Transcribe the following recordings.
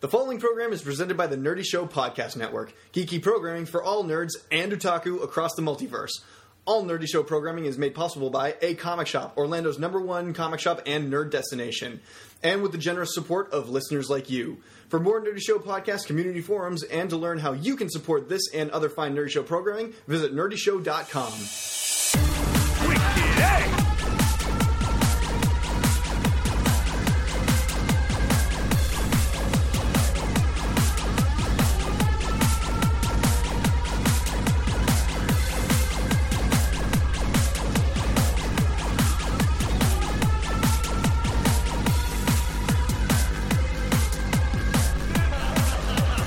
The following program is presented by the Nerdy Show Podcast Network, geeky programming for all nerds and otaku across the multiverse. All Nerdy Show programming is made possible by A Comic Shop, Orlando's number one comic shop and nerd destination, and with the generous support of listeners like you. For more Nerdy Show podcast community forums and to learn how you can support this and other fine Nerdy Show programming, visit nerdyshow.com. eh?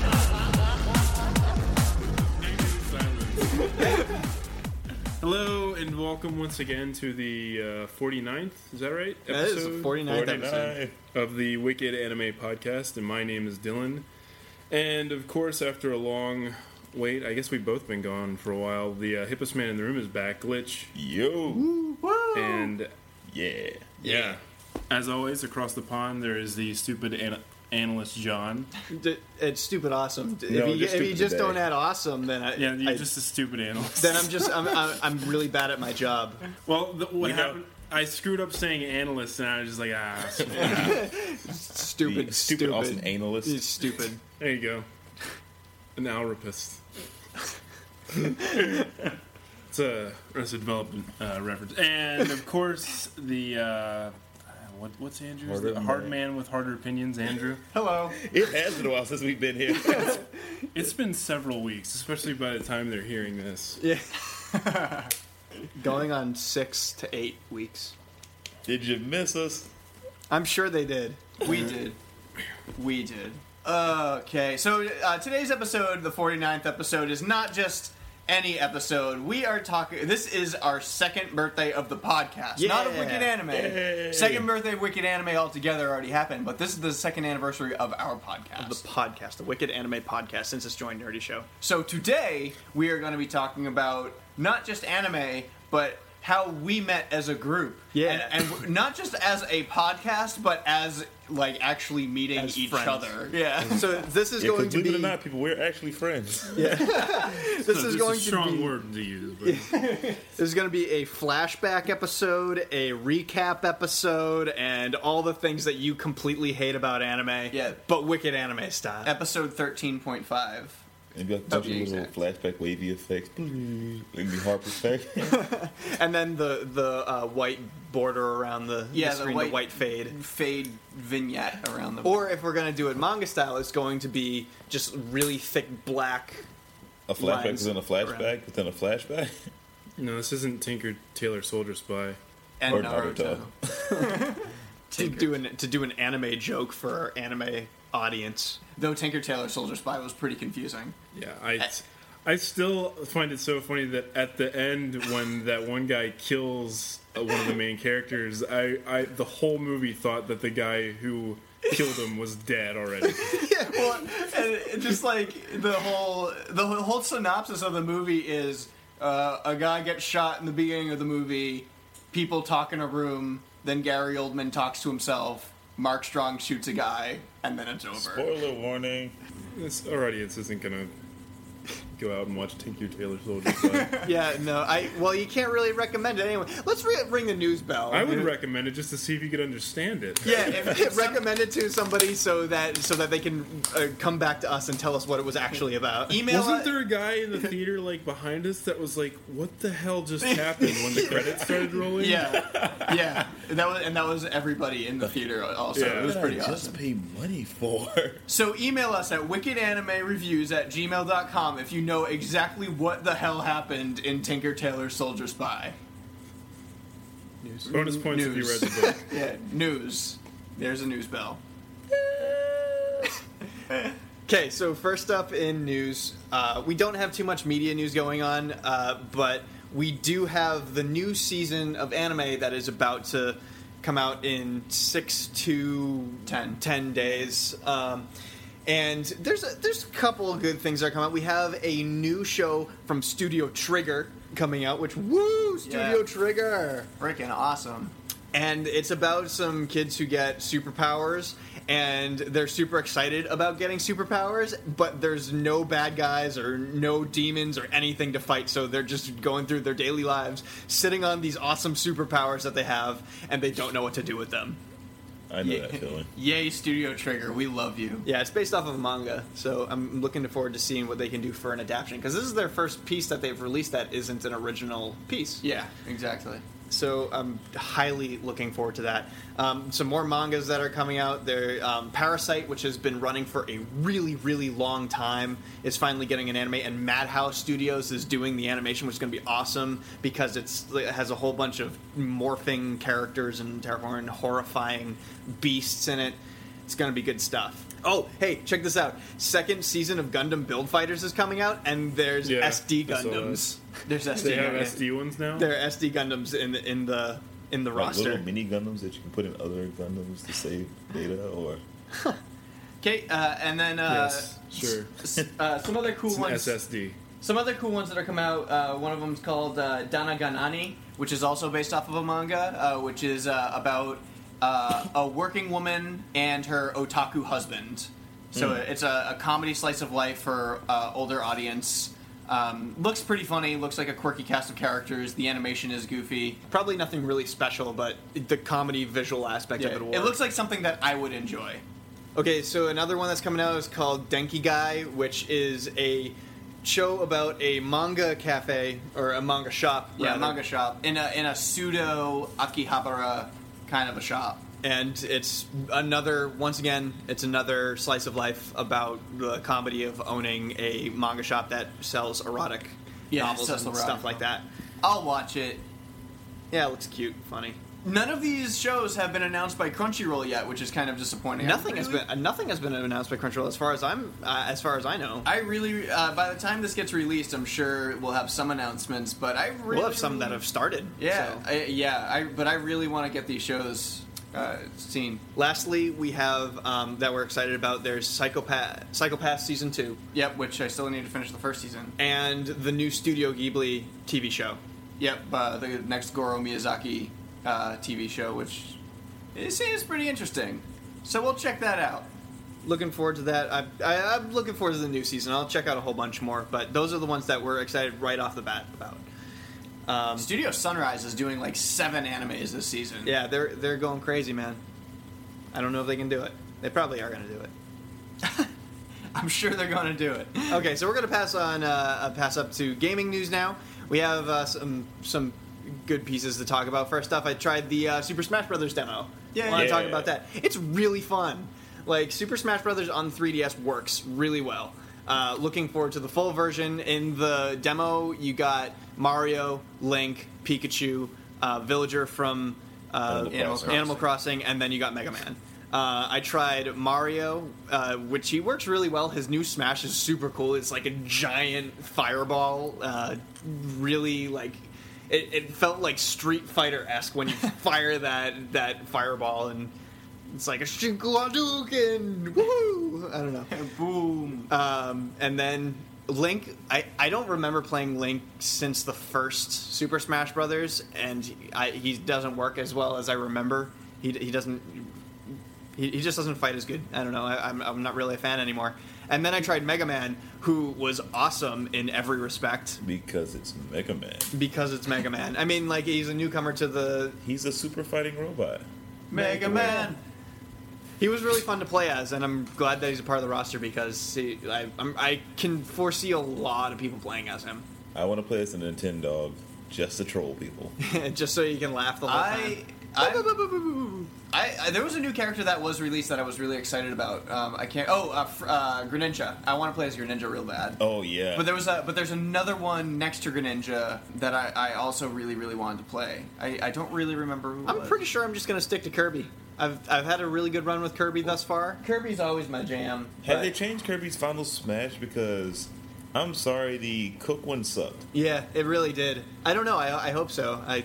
Hello and welcome once again to the uh, 49th, is that right? That is the 49th episode. 49th of the Wicked Anime Podcast, and my name is Dylan. And of course, after a long wait, I guess we've both been gone for a while, the uh, hippest man in the room is back, Glitch. Yo. And Yeah. yeah, as always, across the pond, there is the stupid an- analyst John. D- it's stupid awesome. D- No, if you just if you stupid just today. don't add awesome, then I, Yeah, you're I- just a stupid analyst. then I'm just I'm, I'm I'm really bad at my job. well, the, what know- happened? I screwed up saying analyst, and I was just like, ah, screw it. Stupid, The stupid stupid, awesome analyst. He's stupid. there you go, an alropist. it's a Arrested Development uh, reference, and of course the uh, what, what's Andrew's Harder the hard Man. man with harder opinions. Andrew, Hello. It has been a while since we've been here. it's been several weeks, especially by the time they're hearing this. Yeah. Going on six to eight weeks. Did you miss us? I'm sure they did. We did. We did. Okay, so uh, today's episode, the 49th episode, is not just any episode. We are talking. This is our second birthday of the podcast. Not of Yeah. Wicked Anime. Yay. Second birthday of Wicked Anime altogether already happened, but this is the second anniversary of our podcast. The podcast, the Wicked Anime Podcast, since it's joined Nerdy Show. So today we are going to be talking about not just anime, but how we met as a group. Yeah. and, and w- not just as a podcast, but as like actually meeting As each friends. other. Yeah, So this is Yeah, 'cause going to believe be it or not, people, we're actually friends. this is It's going a to strong be word to use, but this is going to be a flashback episode, a recap episode, and all the things that you completely hate about anime. Yeah. but Wicked Anime style. episode thirteen point five. And you have to do Okay, your little flashback wavy effects. And the harp effect. And then the the uh, white border around the, the Yeah, the screen, white- the white fade. Fade vignette around the Or if we're gonna do it manga style, it's going to be just really thick black. A flashback Lines within a flashback within a flashback. no, this isn't Tinker Tailor Soldier Spy. and Or Naruto. Naruto. To do an to do an anime joke for our anime audience. Though Tinker Tailor Soldier Spy was pretty confusing. Yeah, I, I still find it so funny that at the end when that one guy kills uh, one of the main characters, I, I the whole movie thought that the guy who killed him was dead already. well, and it- just like the whole the whole synopsis of the movie is uh, a guy gets shot in the beginning of the movie, people talk in a room, then Gary Oldman talks to himself, Mark Strong shoots a guy, and then it's over. Spoiler warning. This audience isn't gonna go out and watch Tinker Tailor Soldier Spy. Yeah, no, I well, you can't really recommend it anyway. Let's re- ring the news bell. I would recommend it just to see if you could understand it. yeah, if, if recommend it to somebody so that so that they can uh, come back to us and tell us what it was actually about. Email Wasn't us- there a guy in the theater like behind us that was like, "What the hell just happened when the credits started rolling?" Yeah, yeah. That was and that was everybody in the theater. Also, Yeah. it was What pretty did I awesome. just pay money for? So email us at wickedanimereviews at gmail.com if you know exactly what the hell happened in Tinker Tailor Soldier Spy. Bonus points if you News. read the book. Yeah, news. There's a news bell. Okay, so first up in news, uh, we don't have too much media news going on, uh, but we do have the new season of anime that is about to come out in six to Ten. days. Um, and there's a, there's a couple of good things that are coming out. We have a new show from Studio Trigger coming out, which woo, Studio Yeah. Trigger! Freaking awesome. and it's about some kids who get superpowers and they're super excited about getting superpowers but there's no bad guys or no demons or anything to fight so they're just going through their daily lives sitting on these awesome superpowers that they have and they don't know what to do with them I know that feeling. Yay, Studio Trigger. We love you. yeah it's based off of a manga so i'm looking forward to seeing what they can do for an adaptation because this is their first piece that they've released that isn't an original piece Yeah, exactly. so I'm highly looking forward to that. Um, some more mangas that are coming out. There, um, Parasite, which has been running for a really, really long time, is finally getting an anime, and Madhouse Studios is doing the animation, which is going to be awesome because it's, it has a whole bunch of morphing characters and terraforming horrifying beasts in it. It's going to be good stuff. Oh, hey, check this out! Second season of Gundam Build Fighters is coming out, and there's Yeah, SD I saw that. Gundams. There's SD. They have Trigger. SD ones now. There are SD Gundams in the in the in the Like roster. little mini Gundams that you can put in other Gundams to save data, or Okay, uh, and then uh, yes, sure. s- uh, some other cool It's an ones. SSD. Some other cool ones that are come out. Uh, one of them's called uh, Dana Ganani, which is also based off of a manga, uh, which is uh, about uh, a working woman and her otaku husband. So Hmm. it's a, a comedy slice of life for uh, older audience. Um, looks pretty funny. Looks like a quirky cast of characters. The animation is goofy. Probably nothing really special, but the comedy visual aspect of it. Will it looks like something that I would enjoy. okay. So another one that's coming out is called Denki Guy, which is a show about a manga cafe or a manga shop. Yeah, rather. manga shop in a in a pseudo Akihabara kind of a shop. and it's another once again it's another slice of life about the comedy of owning a manga shop that sells erotic Yeah, novels and sells erotic stuff like that. I'll watch it. Yeah, it looks cute, funny. None of these shows have been announced by Crunchyroll yet, which is kind of disappointing. Nothing has Really- been uh, nothing has been announced by Crunchyroll as far as I'm uh, as far as I know. I really, uh, by the time this gets released, I'm sure we'll have some announcements. But I really, we'll have some that have started. Yeah, so. I, yeah. I but I really want to get these shows uh, seen. Lastly, we have um, that we're excited about. There's Psychopath, Psychopath season two, Yep, which I still need to finish the first season. and the new Studio Ghibli TV show. Yep, uh, the next Goro Miyazaki uh, TV show, which it seems pretty interesting. So we'll check that out. Looking forward to that. I, I, I'm looking forward to the new season. I'll check out a whole bunch more, but those are the ones that we're excited right off the bat about. Studio Sunrise is doing like seven animes this season. Yeah, they're they're going crazy, man. I don't know if they can do it. They probably are going to do it. I'm sure they're going to do it. Okay, so we're gonna pass on uh, uh, pass up to gaming news now. We have uh, some some good pieces to talk about. First off, I tried the uh, Super Smash Brothers demo. Yeah. want to Yeah. talk about that? It's really fun. Like Super Smash Brothers on 3DS works really well. Uh, looking forward to the full version. In the demo, you got Mario, Link, Pikachu, uh, Villager from uh, Animal Animal Crossing. Animal Crossing, and then you got Mega Man. Uh, I tried Mario, uh, which he works really well. His new Smash is super cool. It's like a giant fireball. Uh, really like it, it felt like Street Fighter esque when you fire that that fireball, and it's like a Shinkuaduken. Woohoo! I don't know. Boom. Um, and then Link, I, I don't remember playing Link since the first Super Smash Brothers, and I, he doesn't work as well as I remember. He, he doesn't. He, he just doesn't fight as good. I don't know. I, I'm, I'm not really a fan anymore. And then I tried Mega Man, who was awesome in every respect because it's Mega Man. because it's Mega Man. I mean, like he's a newcomer to the. He's a super fighting robot. Mega Man. He was really fun to play as, and I'm glad that he's a part of the roster because he, I, I'm, I can foresee a lot of people playing as him. I want to play as a Nintendog just to troll people. just so you can laugh the whole I, time. I, I, I, there was a new character that was released that I was really excited about. Um, I can't. Oh, uh, fr- uh, Greninja. I want to play as Greninja real bad. Oh yeah, But there was a, but there's another one next to Greninja that I, I also really really wanted to play. I, I don't really remember. Who it I'm was. pretty sure I'm just gonna stick to Kirby. I've I've had a really good run with Kirby thus far. Kirby's always my jam. Have but- they changed Kirby's Final Smash? Because I'm sorry, the Cook one sucked. Yeah, it really did. I don't know. I, I hope so. I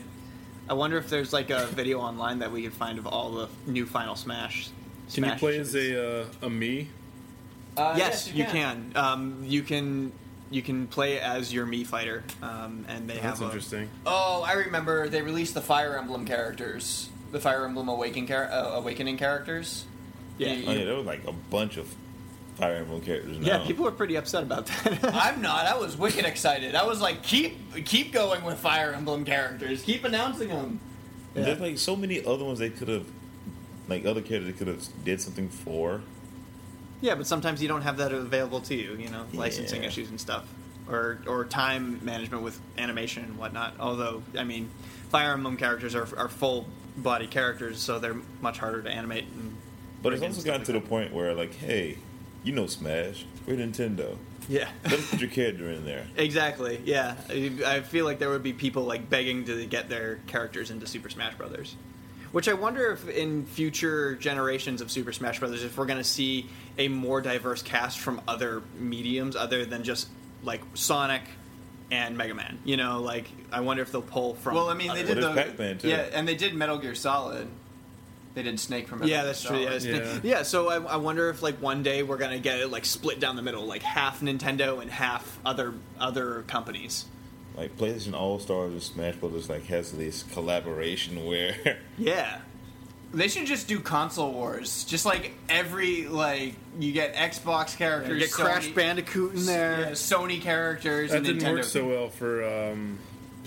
I wonder if there's like a video online that we could find of all the new Final Smash. Can you Smash play as shits. a uh, a me? Uh, yes, you can. Um, you can you can play as your Mii fighter, um, and they have That's a- interesting. Oh, I remember they released the Fire Emblem characters, the Fire Emblem Awakening, char- uh, Awakening characters. yeah. Oh, yeah, there was like a bunch of Fire Emblem characters. Now. Yeah, people are pretty upset about that. I'm not. I was wicked excited. I was like, keep keep going with Fire Emblem characters. Keep announcing them. There's like so many other ones they could have, like other characters they could have did something for. yeah, but sometimes you don't have that available to you, you know, licensing Yeah. issues and stuff, or or time management with animation and whatnot. Although, I mean, Fire Emblem characters are, are full body characters, so they're much harder to animate. And But bring it's in also stuff gotten to the like point where like, hey, you know Smash, we're Nintendo. that. yeah. Let me put your character in there. Exactly. Yeah, I I feel like there would be people like begging to get their characters into Super Smash Brothers, which I wonder if in future generations of Super Smash Brothers, if we're going to see a more diverse cast from other mediums other than just like Sonic and Mega Man. You know, like I wonder if they'll pull from. Well, I mean, they other- did there's the Pac-Man, too. yeah, and they did Metal Gear Solid. They did Snake from Metal Yeah, Gear that's true. Solid. Yeah, it's- yeah. Yeah. so I, I wonder if like one day we're gonna get it like split down the middle, like half Nintendo and half other other companies. Like PlayStation All Stars and Smash Brothers like has this collaboration where Yeah, They should just do console wars. Just like every like you get Xbox characters, You get Sony, Crash Bandicoot in there. yeah, Sony characters, That and didn't Nintendo. work so well for um,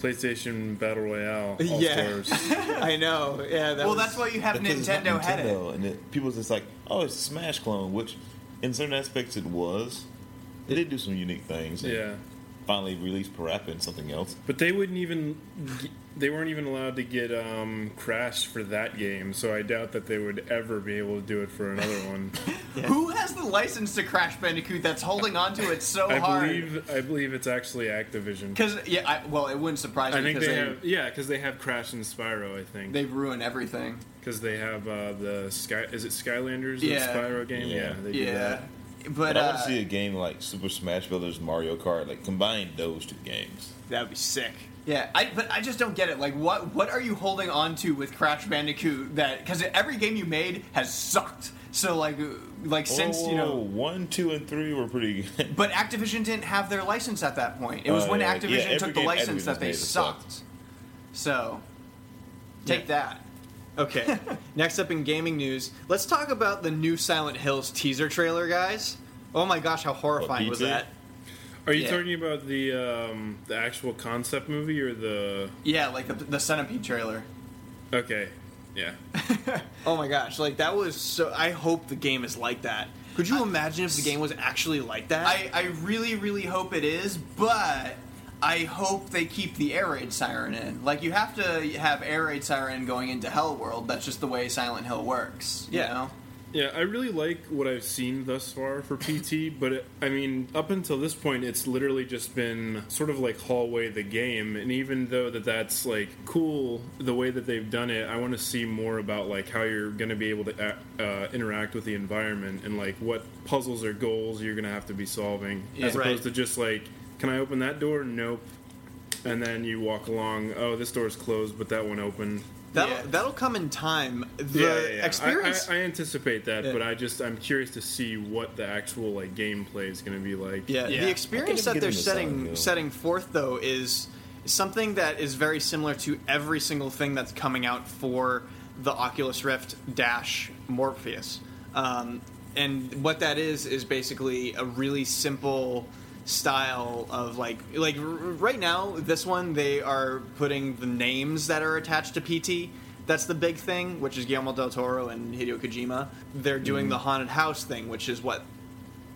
PlayStation Battle Royale All Yeah. Stars. I know. Yeah. That well, was- that's why you have because it's not Nintendo, had it. Nintendo, and it, people just like, oh, it's a Smash clone, which in certain aspects it was. They did do some unique things. and yeah. Finally released Parappa and something else. But they wouldn't even. g- They weren't even allowed to get um, Crash for that game, so I doubt that they would ever be able to do it for another one. Who has the license to Crash Bandicoot that's holding on to it so I hard? believe. I believe it's actually Activision. Because yeah, I, well, it wouldn't surprise I me think they, because they, have. Yeah, because they have Crash and Spyro. I think they've ruined everything. because they have uh, the Sky. Is it Skylanders? Yeah. The Spyro game. Yeah. Yeah. they do Yeah, that. but But I want uh, to see a game like Super Smash Brothers, Mario Kart, like combine those two games. that'd be sick. yeah, I but I just don't get it. Like, what what are you holding on to with Crash Bandicoot? That because every game you made has sucked. So like uh, like since you Whoa, know Oh, one, two, and three were pretty good. But Activision didn't have their license at that point. It was Oh, when yeah, yeah. Activision Every took the game license that Activision's they made has sucked. sucked. So, take that. Okay. Next up in gaming news, let's talk about the new Silent Hills teaser trailer, guys. Oh my gosh, how horrifying was PT? that? Are you Yeah. talking about the um, the actual concept movie or the? Yeah, like the, the Centipede trailer. Okay. Yeah. Oh my gosh, like that was so. I hope the game is like that. Could you imagine if the game was actually like that? I, I really, really hope it is, but I hope they keep the air raid siren in. Like, you have to have air raid siren going into Hell World. That's just the way Silent Hill works. You Yeah. know? Yeah, I really like what I've seen thus far for PT, but it, I mean, up until this point, it's literally just been sort of like hallway the game, and even though that that's like cool the way that they've done it, I want to see more about like how you're going to be able to a- uh, interact with the environment and like what puzzles or goals you're going to have to be solving, as Yeah. opposed Right. to just like, can I open that door? Nope. And then you walk along. Oh, this door's closed, but that one opened. that'll Yeah. that'll come in time. The I- experience. I, I anticipate that, Yeah. but I just I'm curious to see what the actual like gameplay is going to be like. Yeah, Yeah. the experience I that couldn't they're get into Silent setting Hill. setting forth though is something that is very similar to every single thing that's coming out for the Oculus Rift Dash Morpheus. Um, and what that is is basically a really simple style of like like r- right now this one they are putting the names that are attached to PT. That's the big thing, which is Guillermo del Toro and Hideo Kojima. They're doing Mm. the haunted house thing, which is what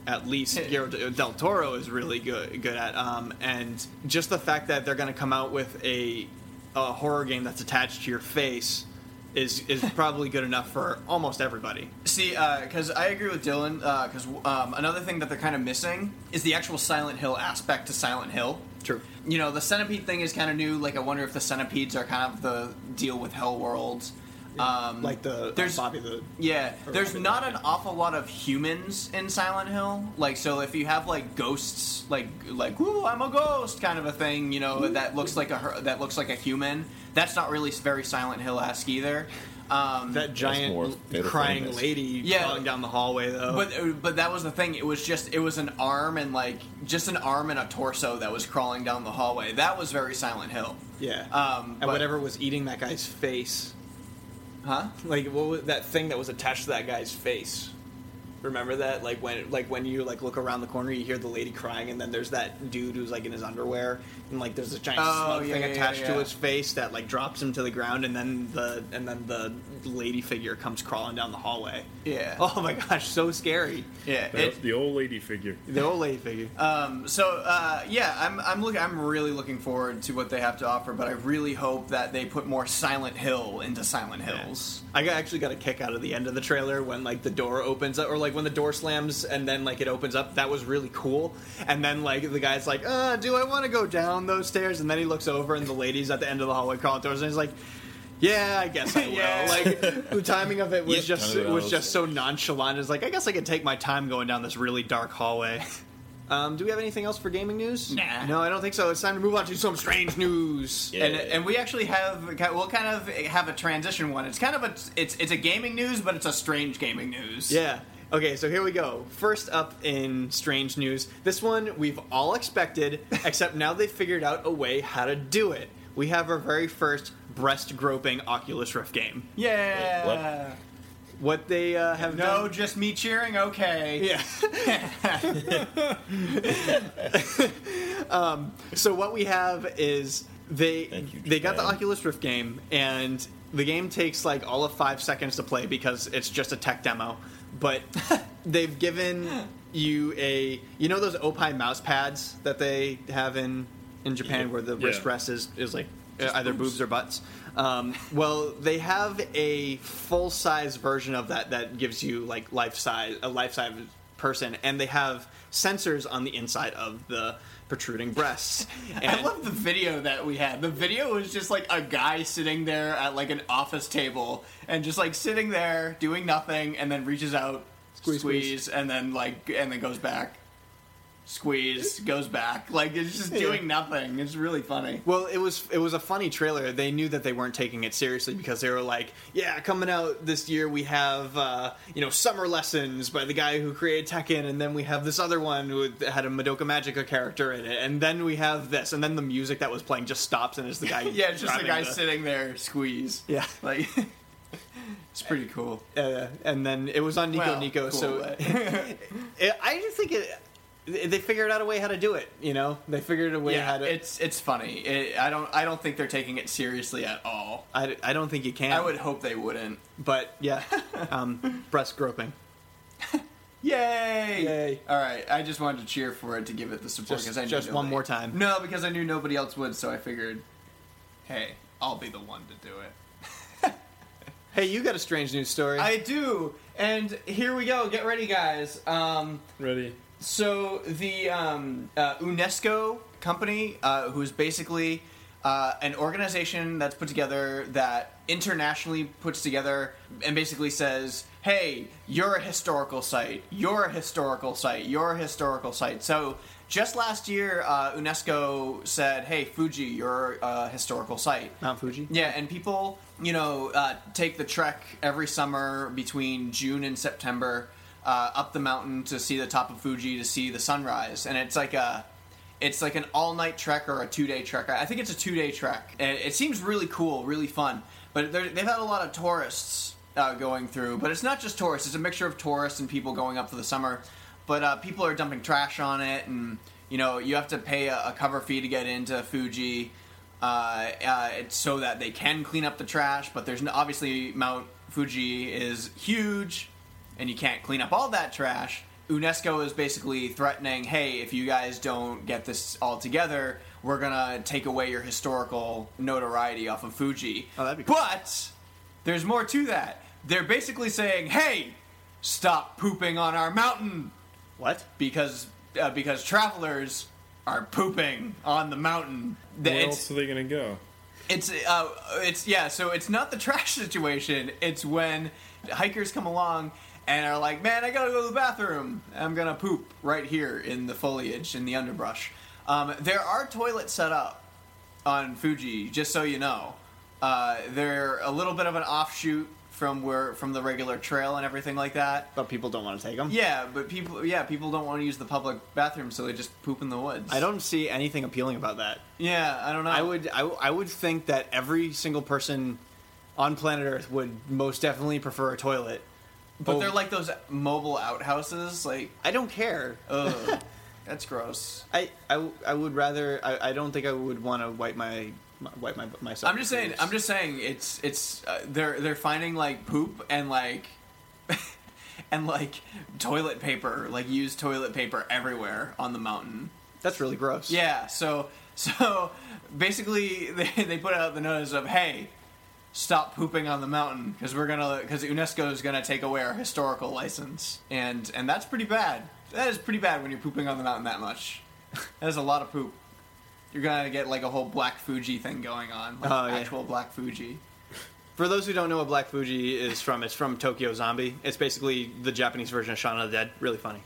at least Guillermo del Toro is really good good at. Um, and just the fact that they're going to come out with a, a horror game that's attached to your face is is probably good enough for almost everybody. See, because I agree with Dylan, because um, another thing that they're kind of missing is the actual Silent Hill aspect to Silent Hill. True. You know, the centipede thing is kind of new. Like, I wonder if the centipedes are kind of the deal with Hell Worlds. Um, like the uh, there's- Bobby the yeah, there's Robin. not an awful lot of humans in Silent Hill. Like, so if you have like ghosts, like like "Ooh, I'm a ghost" kind of a thing, you know, that looks like a her- that looks like a human. That's not really very Silent Hill esque either. Um, that more giant Fatal crying Frame is. lady Yeah. crawling down the hallway though. But but that was the thing. It was just it was an arm and like just an arm and a torso that was crawling down the hallway. That was very Silent Hill. yeah, um, and but- whatever was eating that guy's face, Huh? like what was that thing that was attached to that guy's face? Remember that? Like when like when you like look around the corner, you hear the lady crying, and then there's that dude who's like in his underwear, and like there's this giant Oh, slug yeah, thing yeah, attached yeah. to his face that like drops him to the ground, and then the and then the lady figure comes crawling down the hallway. Yeah. Oh my gosh, so scary. Yeah. That's it- the old lady figure. The old lady figure. Um, so uh, yeah, I'm I'm looking I'm really looking forward to what they have to offer, but I really hope that they put more Silent Hill into Silent Hills. I got, actually got a kick out of the end of the trailer when like the door opens up, or like when the door slams and then like it opens up. That was really cool. And then like the guy's like, uh, "Do I want to go down those stairs?" And then he looks over and the lady's at the end of the hallway crawling towards, him, and he's like, "Yeah, I guess I will." Yeah. Like the timing of it was Yep, just timing was was- just so nonchalant. It's like I guess I could take my time going down this really dark hallway. Um, do we have anything else for gaming news? Nah. No, I don't think so. It's time to move on to some strange news. Yeah. And, and we actually have we'll kind of have a transition one. It's kind of a it's it's a gaming news, but it's a strange gaming news. Yeah. Okay, so here we go. First up in strange news, this one we've all expected, except now they figured out a way how to do it. We have our very first breast groping Oculus Rift game. Yeah. What they uh, have No, done. just me cheering. Okay. Yeah. um, so what we have is they Thank you, they got the Japan. Oculus Rift game, and the game takes like all of five seconds to play because it's just a tech demo. But they've given you a you know those Opie mouse pads that they have in in Japan where the wrist Yeah. rest is is like uh, either boobs. or butts. Um, well, they have a full size version of that that gives you like life size a life size person, and they have sensors on the inside of the protruding breasts. And I love the video that we had. The video was just like a guy sitting there at like an office table and just like sitting there doing nothing and then reaches out, squeeze, Squeeze, squeeze. and then like and then goes back. Squeeze, goes back. Like it's just doing nothing. It's really funny. Well, it was it was a funny trailer. They knew that they weren't taking it seriously because they were like, "Yeah, coming out this year, we have uh, you know Summer Lessons by the guy who created Tekken, and then we have this other one who had a Madoka Magica character in it, and then we have this, and then the music that was playing just stops, and it's the guy. Yeah, it's just the grabbing guy sitting there, squeeze. Yeah. Like it's pretty cool. uh, and then it was on Nico Well, Nico. cool, so but- it, I just think it. They figured out a way how to do it. You know, they figured a way yeah, how to. it's it's funny. It, I don't I don't think they're taking it seriously at all. I, I don't think you can. I would hope they wouldn't. but yeah, um, breast groping. Yay! Yay. All right, I just wanted to cheer for it to give it the support Just- because I knew just one nobody- more time. No, because I knew nobody else would, so I figured, hey, I'll be the one to do it. Hey, you got a strange news story. I do, and here we go. Get ready, guys. Um, Ready? so the um, uh, UNESCO company, uh, who is basically uh, an organization that's put together that internationally puts together and basically says, "Hey, you're a historical site. You're a historical site. You're a historical site." So just last year, uh, UNESCO said, "Hey, Fuji, you're a uh, historical site." Mount Fuji. Yeah, and people, you know, uh, take the trek every summer between June and September uh, up the mountain to see the top of Fuji to see the sunrise, and it's like a, it's like an all night trek or a two day trek. I I think it's a two day trek. And it seems really cool, really fun, but they're- they've had a lot of tourists uh, going through. But it's not just tourists; it's a mixture of tourists and people going up for the summer. But uh, people are dumping trash on it, and you know, you have to pay a, a cover fee to get into Fuji uh, uh, it's so that they can clean up the trash. But there's no, obviously Mount Fuji is huge, and you can't clean up all that trash. UNESCO is basically threatening, hey, if you guys don't get this all together, we're gonna take away your historical notoriety off of Fuji. Oh, that'd be cool. But there's more to that. They're basically saying, hey, stop pooping on our mountain What? because uh, because travelers are pooping on the mountain. Where It's- else are they gonna go? It's uh, it's yeah. So it's not the trash situation. It's when hikers come along and are like, "Man, I gotta go to the bathroom. I'm gonna poop right here in the foliage in the underbrush." Um, there are toilets set up on Fuji, just so you know. Uh, they're a little bit of an offshoot from where from the regular trail and everything like that. But people don't want to take them. Yeah, but people yeah people don't want to use the public bathroom, so they just poop in the woods. I don't see anything appealing about that. Yeah, I don't know. I would I, I would think that every single person on planet Earth would most definitely prefer a toilet. But Oh. they're like those mobile outhouses. Like, I don't care. ugh, that's gross. I, I, I would rather I, I don't think I would want to wipe my, my wipe my myself. I'm just saying. I'm just saying. It's it's uh, they're they're finding like poop and like and like toilet paper, like used toilet paper everywhere on the mountain. That's really gross. Yeah. So so basically, they they put out the notice of hey. Stop pooping on the mountain because we're gonna because UNESCO is gonna take away our historical license and and that's pretty bad. That is pretty bad when you're pooping on the mountain that much. That is a lot of poop. You're gonna get like a whole Black Fuji thing going on, like Oh, yeah. actual Black Fuji. For those who don't know what Black Fuji is from, it's from Tokyo Zombie. It's basically the Japanese version of Shaun of the Dead. Really funny.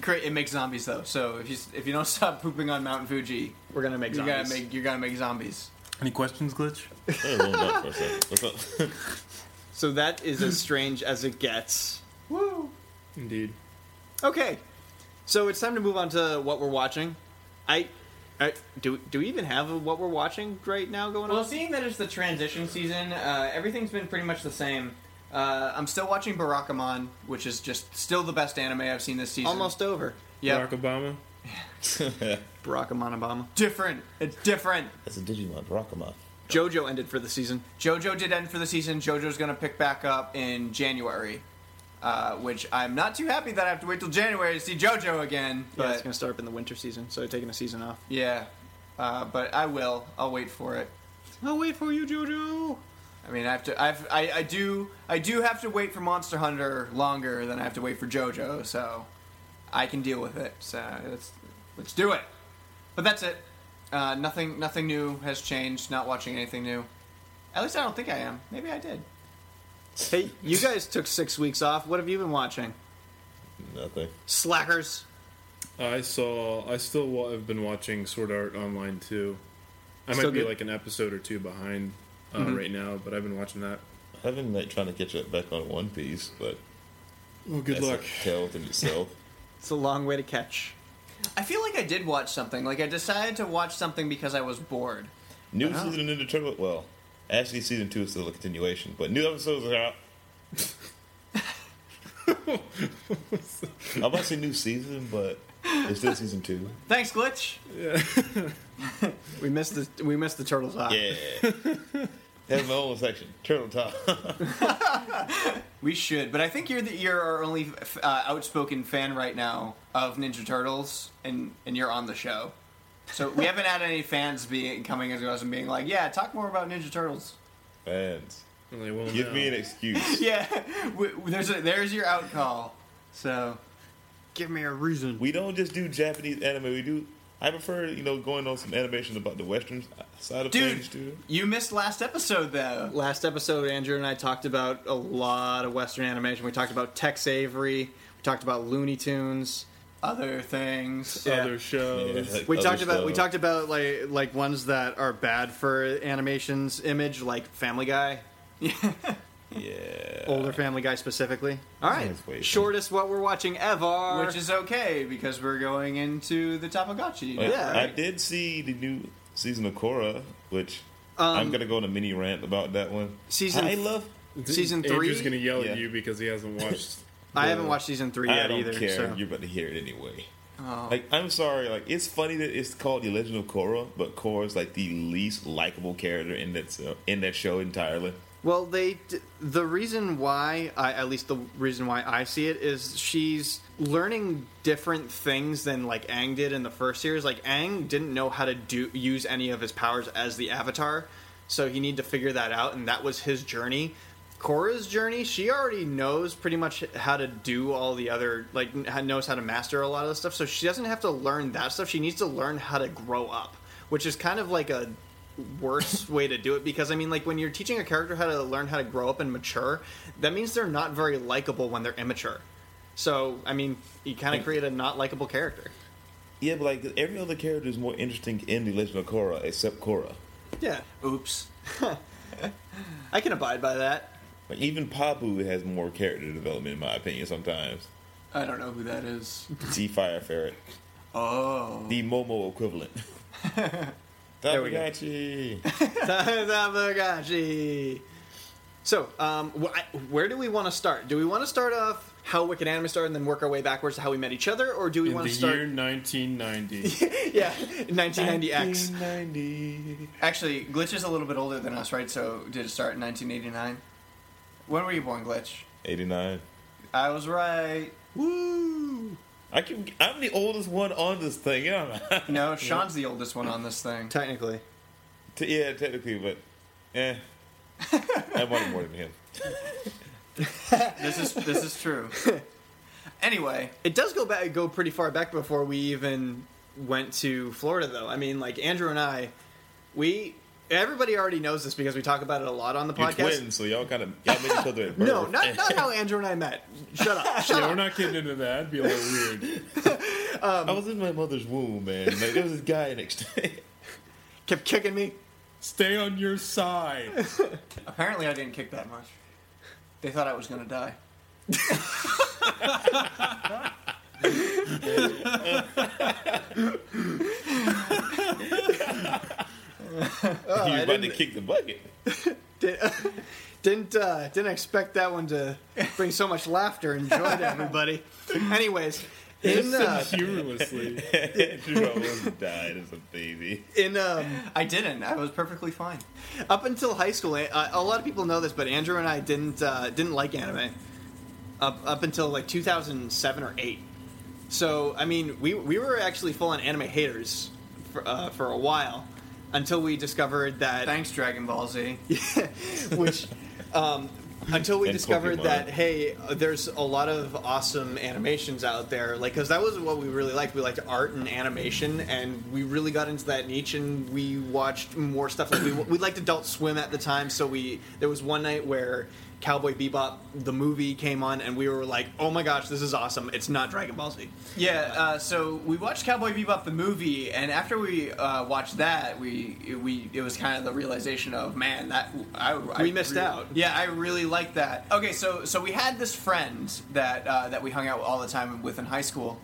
Great, it makes zombies though. So if you s- if you don't stop pooping on Mount Fuji, We're gonna make you're zombies. gonna make you're gonna make zombies. Any questions, Glitch? Hey, one back for a second. What's up? So that is as strange as it gets. Woo! Indeed. Okay, so it's time to move on to what we're watching. I, I do. Do we even have a, what we're watching right now going Well, on? seeing that it's the transition season, uh, everything's been pretty much the same. Uh, I'm still watching Barakamon, which is just still the best anime I've seen this season. Almost over. yeah, Barack Obama. Barack Obama. different. It's different. That's a Digimon, Rockama. JoJo ended for the season. JoJo did end for the season. JoJo's gonna pick back up in January, uh, which I'm not too happy that I have to wait till January to see JoJo again. yeah, But it's gonna start up in the winter season, so they're taking a season off. yeah, uh, but I will. I'll wait for it. I'll wait for you, JoJo. I mean, I have to. I've, I I do. I do have to wait for Monster Hunter longer than I have to wait for JoJo, so I can deal with it. So let's let's do it. But that's it. Uh, nothing nothing new has changed. Not watching anything new. At least I don't think I am. Maybe I did. Hey, you guys took six weeks off. What have you been watching? Nothing. Slackers. I saw. I still wa- have been watching Sword Art Online too. I might Still be good? Mm-hmm. like an episode or two behind uh, right now, but I've been watching that. I've been like trying to catch up back on One Piece, but Well, good that's luck. a tale within itself. It's a long way to catch. I feel like I did watch something. Like I decided to watch something because I was bored. New season of Ninja Turtle. Well, actually, season two is still a continuation, but new episodes are out. I'm about to say new season, but it's still season two. Thanks, Glitch. We missed the we missed the turtles off. Yeah. That's my own section. Turtle Top. We should, but I think you're the, you're our only f- uh, outspoken fan right now of Ninja Turtles, and and you're on the show, so we haven't had any fans being coming as us and being like, yeah, talk more about Ninja Turtles. Fans, And they won't give me know. an excuse. Yeah, we, there's a, there's your out call. So Give me a reason. We don't just do Japanese anime. We do. I prefer, you know, going on some animation about the Western side of dude, things, too. you missed last episode though. Last episode, Andrew and I talked about a lot of Western animation. We talked about Tex Avery. We talked about Looney Tunes. Other things. Yeah. other shows. Yeah, like uh, We other talked about we stuff. talked about like like ones that are bad for animations image, like Family Guy, Yeah. older Family Guy specifically. All right, That's way- shortest what we're watching ever. Which is okay because we're going into the Tapagachi. Well, Yeah. I did see the new season of Korra, which I'm gonna go on a mini rant about that one. Um, Season- I love. season three. Andrew's gonna yell Yeah. at you because he hasn't watched. I haven't watched season three I yet don't either. care. So Oh. You're about to hear it anyway. Like I'm sorry. Like it's funny that it's called the Legend of Korra, but Korra's like the least likable character in that uh, in that show entirely. Well, they d- the reason why, I, at least the reason why I see it is she's learning different things than like Aang did in the first series. Like Aang didn't know how to do use any of his powers as the Avatar, so he needed to figure that out, and that was his journey. Korra's journey, she already knows pretty much how to do all the other like kn- knows how to master a lot of the stuff, so she doesn't have to learn that stuff. She needs to learn how to grow up, which is kind of like a worse way to do it because I mean, like when you're teaching a character how to learn how to grow up and mature, that means they're not very likable when they're immature. So I mean, you kind of create a not likable character. Yeah, but like every other character is more interesting in the Legend of Korra except Korra. Yeah, Oops. I can abide by that. Like even Pabu has more character development in my opinion sometimes. I don't know who that is. The Fire Ferret, Oh. the Momo equivalent. we go. Tamagotchi. Tamagotchi. So, um, wh- I- where do we want to start? Do we want to start off how Wicked Anime started and then work our way backwards to how we met each other, or do we In want the to start? year 1990. Yeah, 1990X. 1990. Actually, Glitch is a little bit older than us, right? So did it start in 1989? When were you born, Glitch? 89. I was right. Woo! I can, I'm the oldest one on this thing. You know? No, Sean's the oldest one on this thing. Technically, T- yeah, technically, but eh. I wanted more than him. This is this is true. Anyway, it does go back, go pretty far back before we even went to Florida, though. I mean, like Andrew and I, we everybody already knows this because we talk about it a lot on the You're podcast. twins, so y'all kind of y'all met each other at birth. No, not, not how Andrew and I met. Shut up. Shut yeah, up. we're not getting into that. It'd be a little weird. I was in my mother's womb, man. Like there was this guy next to me. Kept kicking me. Stay on your side. apparently I didn't kick that much. They thought I was gonna die. he was Oh, I about to didn't- kick the bucket. Did, didn't uh, didn't expect that one to bring so much laughter and joy to everybody. Anyways, in uh, Humorlessly. Drew almost died as a baby. in um, I didn't. I was perfectly fine. up until high school, uh, a lot of people know this, but Andrew and I didn't uh, didn't like anime up up until like 2007 or eight. So I mean, we we were actually full on anime haters for, uh, for a while until we discovered that Thanks, Dragon Ball Z. which um, until we And discovered Pokemon. that hey uh, there's a lot of awesome animations out there like because that was what we really liked we liked art and animation and we really got into that niche and we watched more stuff like we, we liked adult swim at the time so we there was one night where cowboy bebop the movie came on and we were like oh my gosh this is awesome it's not dragon ball z Yeah, uh, so we watched Cowboy Bebop the movie, and after we uh, watched that, we we it was kind of the realization of man that I, I We missed re- out. Yeah, I really like that. Okay, so so we had this friend that uh, that we hung out all the time with in high school,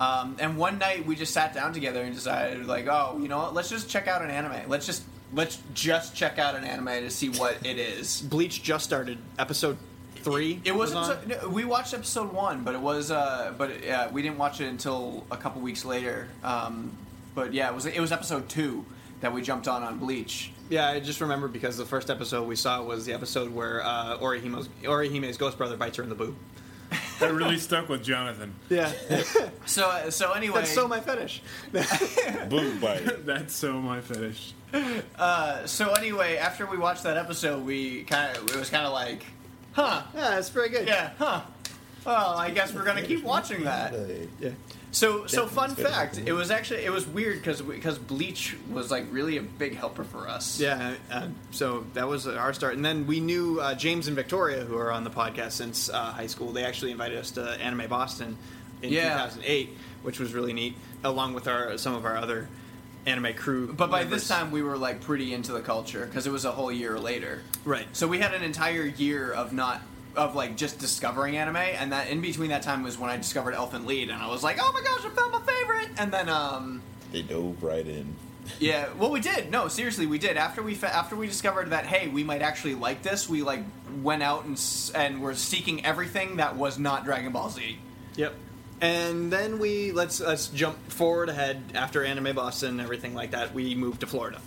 um, and one night we just sat down together and decided like, oh, you know what? Let's just check out an anime. Let's just let's just check out an anime to see what it is. bleach just started episode three It was wasn't. on. so, no, we watched episode one, but it was. Uh, but uh, we didn't watch it until a couple weeks later. Um, but yeah, it was. It was episode two that we jumped on on Bleach. Yeah, I just remember because the first episode we saw was the episode where uh, Orihime's, Orihime's ghost brother bites her in the boob. That really stuck with Jonathan. Yeah, So so anyway, that's so my fetish. Boo bite. That's so my fetish. so anyway, after we watched that episode, we kind of it was kind of like, huh, Yeah, that's pretty good. yeah, huh. Well, I guess we're gonna keep watching that. yeah. So, so fun Definitely. fact, it was actually it was weird because because Bleach was like really a big helper for us. Yeah, uh, so that was our start, and then we knew uh, James and Victoria, who are on the podcast since uh, high school. They actually invited us to Anime Boston in Yeah. 2008, which was really neat, along with our some of our other anime crew. But by members. this time, we were like pretty into the culture because it was a whole year later. Right. So we had an entire year of not of like just discovering anime, and that in between that time was when I discovered Elfin Lead, and I was like, oh my gosh, I found my favorite. And then um, They dove right in. yeah, well we did. No, seriously, we did. After we fa- after we discovered that hey, we might actually like this, we like went out and s- and were seeking everything that was not Dragon Ball Z. Yep. And then we let's let's jump forward ahead after Anime Boston and everything like that. We moved to Florida.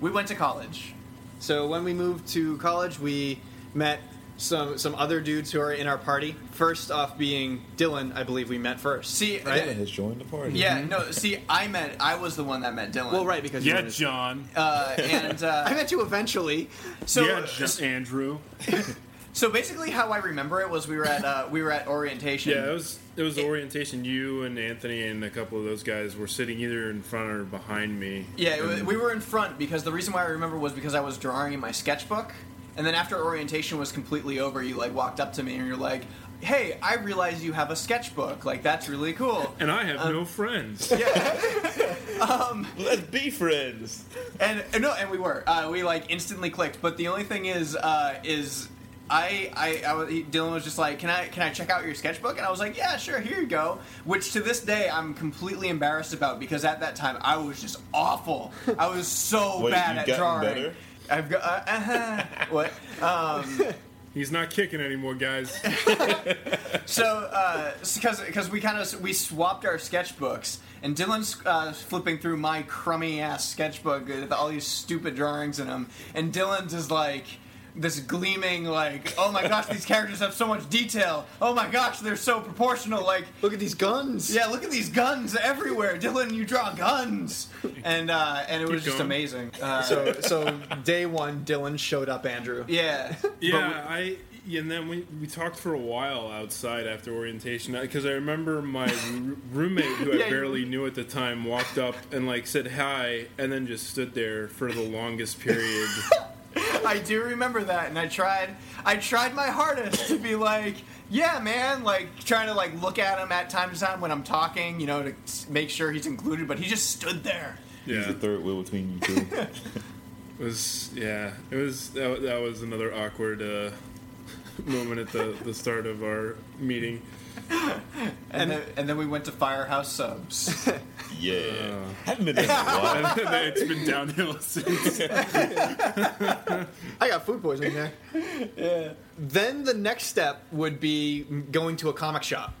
we went to college. So when we moved to college, we met some some other dudes who are in our party. First off, being Dylan, I believe we met first. See, right? Dylan has joined the party. Yeah, no. See, I met. I was the one that met Dylan. Well, right because you Yeah, were- John. Uh, and uh, I met you eventually. uh, So, yeah, John. Andrew. So basically, how I remember it was we were at uh, we were at orientation. Yeah, it was it was orientation. You and Anthony and a couple of those guys were sitting either in front or behind me. Yeah, it wa- we were in front because the reason why I remember was because I was drawing in my sketchbook, and then after orientation was completely over, you like walked up to me and you're like, "Hey, I realize you have a sketchbook. Like that's really cool." And I have Um, no friends. Let's be friends. And, and no, and we were. Uh, we like instantly clicked. But the only thing is, uh, is I, I, I was, he- Dylan was just like, "Can I, can I check out your sketchbook?" And I was like, "Yeah, sure. Here you go." Which to this day I'm completely embarrassed about because at that time I was just awful. I was so Wait, bad you've at gotten drawing. better? I've got uh, uh-huh. what. He's not kicking anymore, guys. So, uh, because because we kind of we swapped our sketchbooks, and Dylan's uh, flipping through my crummy ass sketchbook with all these stupid drawings in them, and Dylan's is like this gleaming like, oh my gosh, these characters have so much detail. Oh my gosh, they're so proportional. Like, Look at these guns. yeah, look at these guns everywhere, Dylan. You draw guns, and uh, and it was just going. amazing. Uh, So, so day one, Dylan showed up. Andrew. yeah, Yeah, I and then we we talked for a while outside after orientation because I remember my r- roommate who I Yeah, you- barely knew at the time walked up and like said hi and then just stood there for the longest period. I do remember that, and I tried. I tried my hardest to be like, yeah, man, like trying to like look at him at time to time when I'm talking, you know, to s- make sure he's included. But he just stood there. He's Yeah, the third wheel between you two. it was yeah, it was that, wa- that was another awkward uh, moment at the the start of our meeting. And then, and then we went to Firehouse Subs. yeah. Uh. haven't been there in a while. And then it's been downhill since. I got food poisoning there. yeah. Then the next step would be going to a comic shop.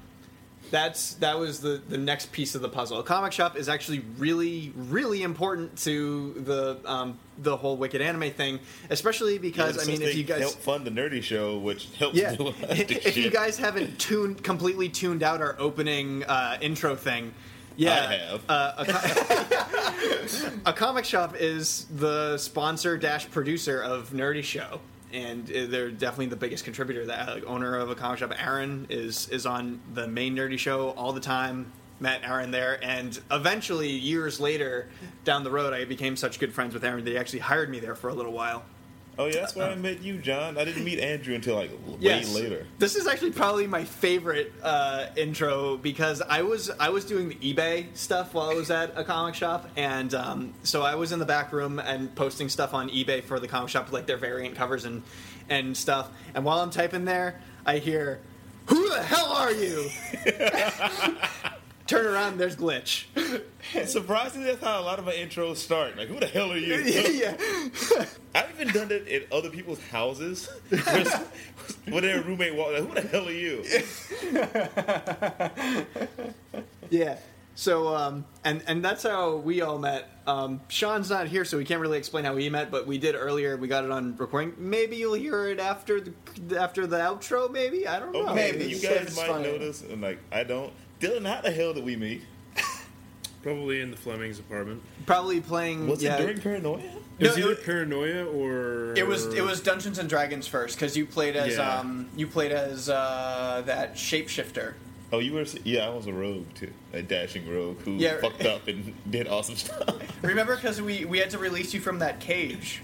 That's that was the the next piece of the puzzle. A comic shop is actually really really important to the um, the whole Wicked anime thing, especially because I mean Since if you they guys help fund the nerdy show, which helps yeah. do a lot of if the if you shit. guys haven't tuned completely tuned out our opening uh, intro thing, yeah, I have. Uh, a, co- a comic shop is the sponsor dash producer of Nerdy Show, and uh, they're definitely the biggest contributor. That uh, owner of a comic shop, Aaron, is is on the main Nerdy Show all the time. Met Aaron there, and eventually, years later, down the road, I became such good friends with Aaron that he actually hired me there for a little while. Oh yeah, that's why I met you, John. I didn't meet Andrew until like way Yes. later. This is actually probably my favorite uh, intro because I was I was doing the eBay stuff while I was at a comic shop, and um, so I was in the back room and posting stuff on eBay for the comic shop, like their variant covers and and stuff. And while I'm typing there, I hear, "Who the hell are you?" Turn around, there's glitch. It's surprising that's how a lot of my intros start. Like, who the hell are you? yeah, I've even done that at other people's houses. There's- when their roommate walks, like, who the hell are you? yeah. So um, and and that's how we all met. Um, Sean's not here, so we can't really explain how we met, but we did earlier. We got it on recording. Maybe you'll hear it after the after the outro. Maybe I don't know. Okay, Maybe. you Save guys it's might funny. notice, and like I don't. Dylan, how the hell did we meet? Probably in the Fleming's apartment. Probably playing. Was yeah, it during Paranoia? It No, was it either wa- paranoia or It was it was Dungeons and Dragons first because you played as Yeah. um you played as uh that shapeshifter. Oh, you were. Yeah, I was a rogue too, a dashing rogue who Yeah. fucked up and did awesome stuff. Remember because we we had to release you from that cage.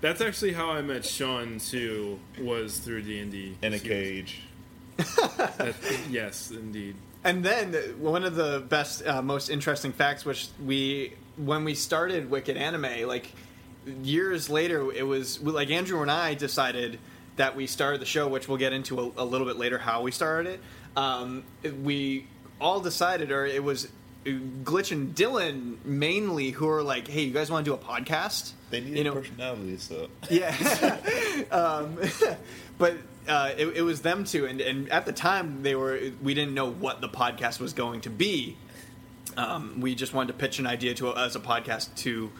That's actually how I met Sean too. Was through D and D In a cage. Yes, indeed. And then uh, one of the best, uh, most interesting facts, which we when we started Wicked Anime, like years later, it was like Andrew and I decided that we started the show, which we'll get into a, a little bit later how we started it. Um, it- we all decided, or it was uh, Glitch and Dylan mainly, who are like, "Hey, you guys want to do a podcast?" They needed You know, personality, so yeah. um, but uh, it, it was them two, and, and at the time they were we didn't know what the podcast was going to be. Um, we just wanted to pitch an idea to as a podcast to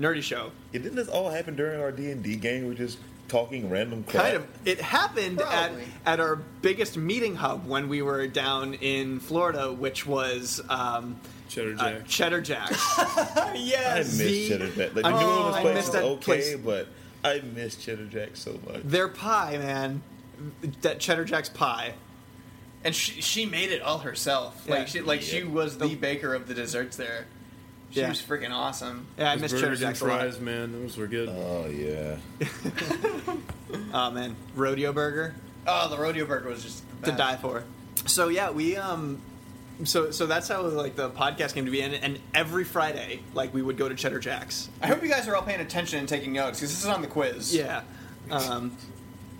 Nerdy Show. Yeah, didn't this all happen during our D and D game? We're just talking random crap. Kind of, it happened at, Probably. at our biggest meeting hub when we were down in Florida, uh, which was um, Cheddar uh, Jack. Cheddar Jack's. I yes. miss Z- Cheddar Jack. Like I New know, Oh, Orleans I place miss is that okay, place. but I miss Cheddar Jack so much. Their pie, man. That Cheddar Jack's pie. And she, she made it all herself. Yeah. Like she like she Yeah. was the baker of the desserts there. She Yeah. was freaking awesome. Yeah, I miss Those burgers Cheddar and Jack's a lot. fries, man. Those were good. Oh yeah. Oh man, rodeo burger Oh, the rodeo burger was just the to best. die for. So yeah, we um, so so that's how like the podcast came to be, and, and every Friday, like we would go to Cheddar Jack's. I hope you guys are all paying attention and taking notes because this is on the quiz. Yeah, um,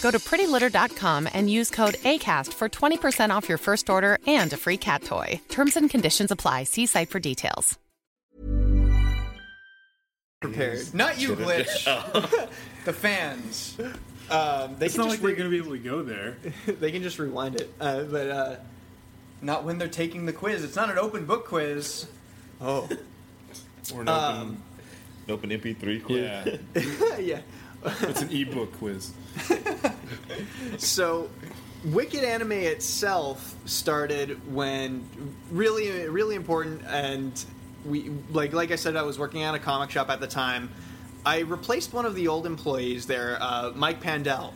Go to prettylitter.com and use code ACAST for 20% off your first order and a free cat toy. Terms and conditions apply. See site for details. prepared. Not you, Glitch. the fans. Um, they Oh. it's can not just like we're re- gonna be able to go there. they can just rewind it. Uh, but uh, Not when they're taking the quiz. It's not an open book quiz. oh Or an open, Open MP3 quiz. yeah, yeah. it's an ebook quiz. So, Wicked Anime itself started when really, really important, and we like like I said, I was working at a comic shop at the time. I replaced one of the old employees there, uh, Mike Pandel,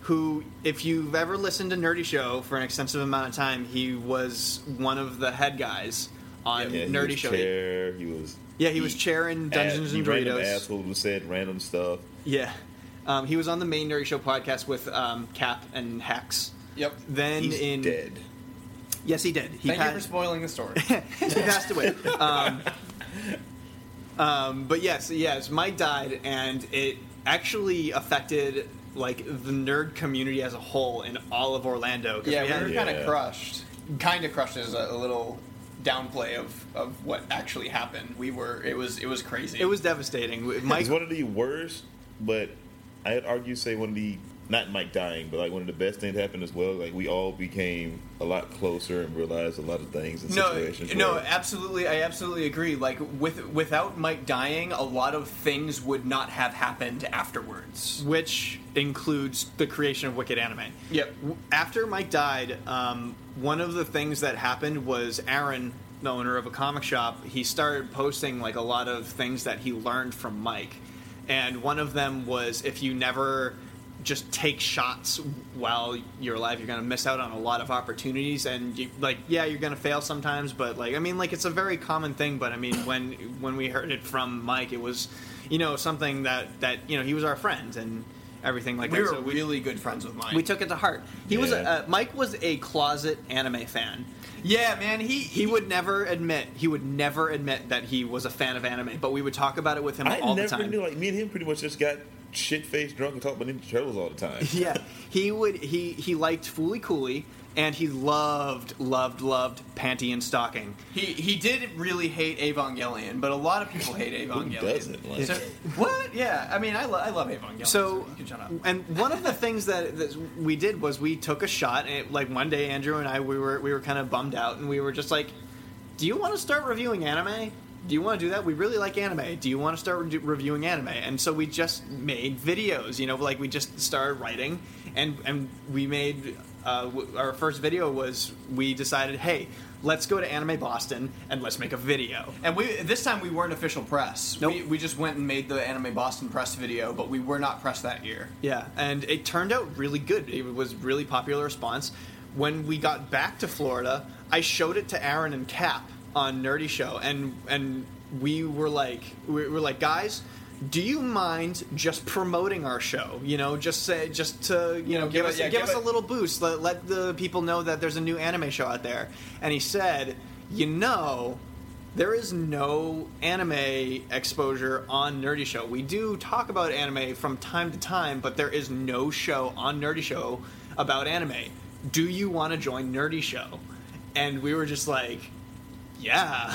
who, if you've ever listened to Nerdy Show for an extensive amount of time, he was one of the head guys on Yeah, he Nerdy was Show. Chair, he was. Yeah, he was chair in Dungeons ass- and he random Doritos. Asshole who said random stuff. Yeah, um, he was on the main Nerdy Show podcast with um, Cap and Hex. Yep. Then He's in dead. yes, he did. He Thank pa- you for spoiling the story. he passed away. Um, um, but yes, yes, Mike died, and it actually affected like the nerd community as a whole in all of Orlando. 'cause yeah, we we had- were kind of Yeah. crushed. Kind of crushed is a, a little downplay of, of what actually happened. We were. It was. It was crazy. it was devastating. We- Mike, He's one of the worst, but I'd argue say one of the not Mike dying, but like one of the best things that happened as well. Like we all became a lot closer and realized a lot of things and No, situations. no, where- absolutely. I absolutely agree. Like with without Mike dying, a lot of things would not have happened afterwards. which includes the creation of Wicked Anime. Yep. W- After Mike died, um, one of the things that happened was Aaron, the owner of a comic shop, he started posting like a lot of things that he learned from Mike, and one of them was if you never just take shots while you're alive you're going to miss out on a lot of opportunities and you, like yeah you're going to fail sometimes but like i mean like it's a very common thing but i mean when when we heard it from mike it was you know something that that you know he was our friend and everything like we that were so we- really good friends with Mike. we took it to heart. He was a, Yeah. uh, Mike was a closet anime fan. yeah, man. He He would never admit. He would never admit that he was a fan of anime. But we would talk about it with him I all the never time. knew. Like me and him pretty much just got shit faced drunk and talked about Ninja Turtles all the time. yeah, he would. He he liked Fooly Cooly, and he loved loved loved Panty and Stocking. he he did really hate Evangelion, but a lot of people hate Evangelion. doesn't like So- it? what? Yeah, I mean, I, lo- I love Evangelion. So, you can shut up. and one of the things that, that we did was we took a shot. And it, like one day, Andrew and I, we were we were kind of bummed out, and we were just like, "Do you want to start reviewing anime? Do you want to do that? We really like anime. Do you want to start re- reviewing anime?" And so we just made videos. You know, like we just started writing, and and we made uh, w- our first video was we decided, hey. Let's go to Anime Boston and let's make a video. And we this time we weren't official press. Nope. We, we just went and made the anime Boston press video, but we were not press that year. Yeah, and it turned out really good. It was really popular response. When we got back to Florida, I showed it to Aaron and Cap on Nerdy Show, and and we were like, we were like, guys, do you mind just promoting our show? You know, just say just to you know give, give it- us yeah, give, give us a it- little boost. Let let the people know that there's a new anime show out there. And he said, you know. There is no anime exposure on Nerdy Show. We do talk about anime from time to time, but there is no show on Nerdy Show about anime. Do you want to join Nerdy Show? And we were just like, yeah.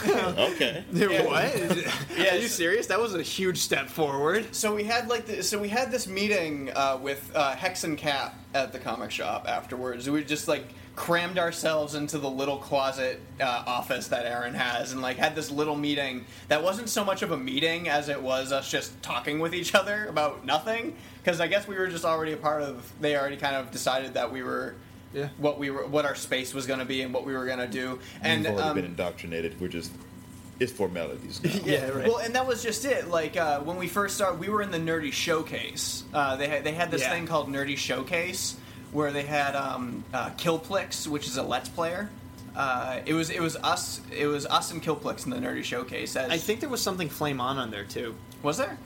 Okay. What? Are you Yes. serious? That was a huge step forward. So we had like the, so we had this meeting uh, with uh, Hex and Cap at the comic shop afterwards. We just like crammed ourselves into the little closet uh, office that Aaron has, and like had this little meeting that wasn't so much of a meeting as it was us just talking with each other about nothing. Because I guess we were just already a part of. They already kind of decided that we were. Yeah. What we were, what our space was going to be, and what we were going to do, We've and already um, been indoctrinated. We're just it's formalities. Now. Yeah, right. Well, and that was just it. Like uh, when we first started, we were in the Nerdy Showcase. Uh, they had, they had this Yeah. thing called Nerdy Showcase where they had um, uh, Killplix, which is a Let's Player. Uh, it was it was us it was us and Killplix in the Nerdy Showcase. As, I think there was something flame on on there too. was there?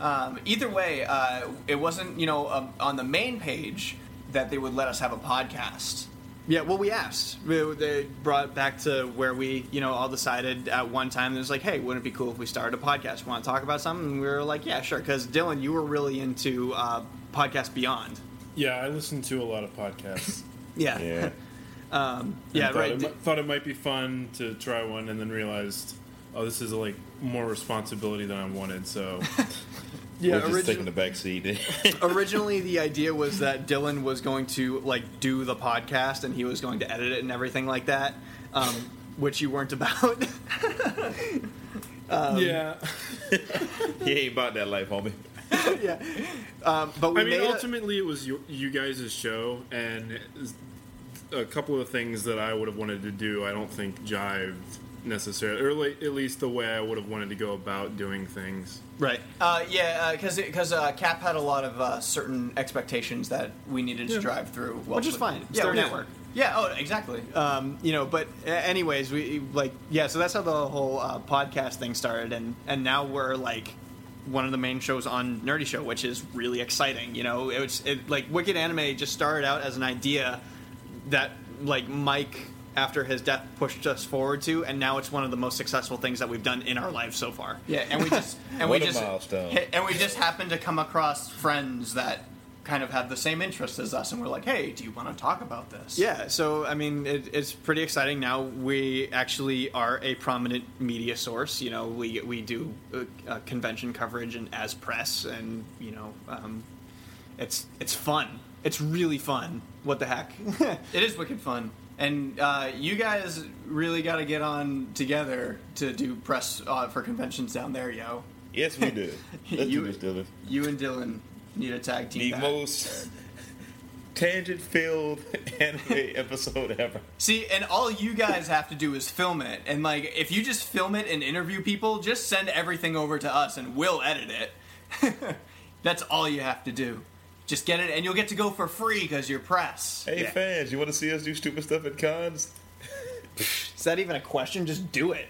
Um, either way, uh, it wasn't you know um, on the main page that they would let us have a podcast. Yeah, well, we asked. We- They brought back to where we, you know, all decided at one time. It was like, hey, wouldn't it be cool if we started a podcast? Want to talk about something? And we were like, yeah, sure. Because Dylan, you were really into uh, podcast Beyond. Yeah, I listen to a lot of podcasts. Yeah, Yeah. yeah, thought right. It, mi- thought it might be fun to try one, and then realized, oh, this is like more responsibility than I wanted. So yeah, We're just origi- taking the back seat. originally the idea was that Dylan was going to like do the podcast and he was going to edit it and everything like that, um, which you weren't about. Um, yeah, he ain't about that life, homie. but we I mean, made a- ultimately, it was you, you guys' show, and a couple of things that I would have wanted to do, I don't think jived necessarily, or like, at least the way I would have wanted to go about doing things. right. Uh, yeah, because because uh, Cap had a lot of uh, certain expectations that we needed to drive through, well, Which is fine. It's their yeah. network. Yeah. Oh, exactly. um, you know but a- anyways we like yeah so that's how the whole uh, podcast thing started and and now we're like one of the main shows on nerdy show which is really exciting you know it was it, like wicked anime just started out as an idea that like mike after his death pushed us forward to and now it's one of the most successful things that we've done in our lives so far Yeah, and we just and What we a just milestone. and we just happened to come across friends that kind of have the same interests as us, and we're like, hey, do you want to talk about this? Yeah, so I mean, it, it's pretty exciting. Now we actually are a prominent media source. You know, we we do uh, uh, convention coverage and as press, and you know, um, it's it's fun. It's really fun. What the heck? it is wicked fun. And uh, you guys really got to get on together to do press uh, for conventions down there, yo. Yes, we do. Let's You- do this, Dylan. You and Dylan need a tag team. The back. most tangent-filled anime episode ever. See, and all you guys have to do is film it. And like if you just film it and interview people, just send everything over to us and we'll edit it. That's all you have to do. Just get it and you'll get to go for free cuz you're press. Hey, Yeah. fans, you want to see us do stupid stuff at cons? Is that even a question? Just do it.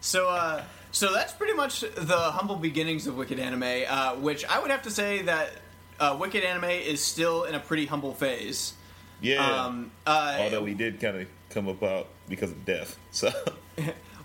So, uh, so that's pretty much the humble beginnings of Wicked Anime, uh, which I would have to say that uh, Wicked Anime is still in a pretty humble phase. Yeah. Um, uh, Although we did kind of come about because of death. So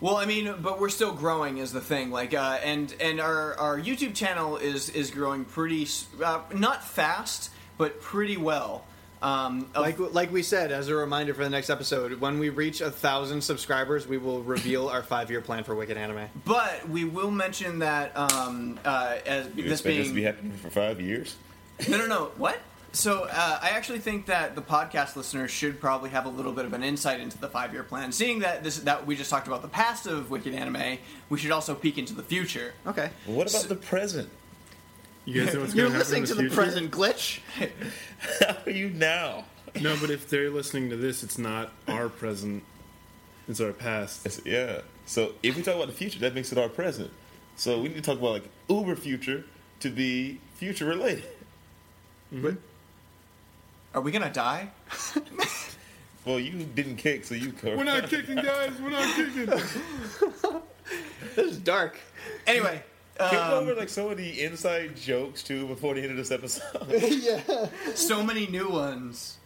Well, I mean, but we're still growing is the thing. Like, uh, and and our our YouTube channel is is growing pretty s- uh, not fast, but pretty well. Um, of- Like like we said, as a reminder for the next episode, when we reach a thousand subscribers, we will reveal our five year plan for Wicked Anime. but we will mention that um, uh, as you this expect being this to be happening for five years? no no no what. So uh, I actually think that the podcast listeners should probably have a little bit of an insight into the five-year plan. Seeing that this that we just talked about the past of Wicked Anime, we should also peek into the future. Okay. What about the present? You guys know what's You're going to happen listening in the to the future? present glitch. How are you now? No, but if they're listening to this, it's not our present; it's our past. It's- yeah. So if we talk about the future, that makes it our present. So we need to talk about like Uber future to be future related. Are we gonna die? Well, you didn't kick, so you covered. We're not kicking, guys. We're not kicking. This is dark. Anyway, Can we go over Um, like some of the inside jokes too before the end of this episode? so many new ones.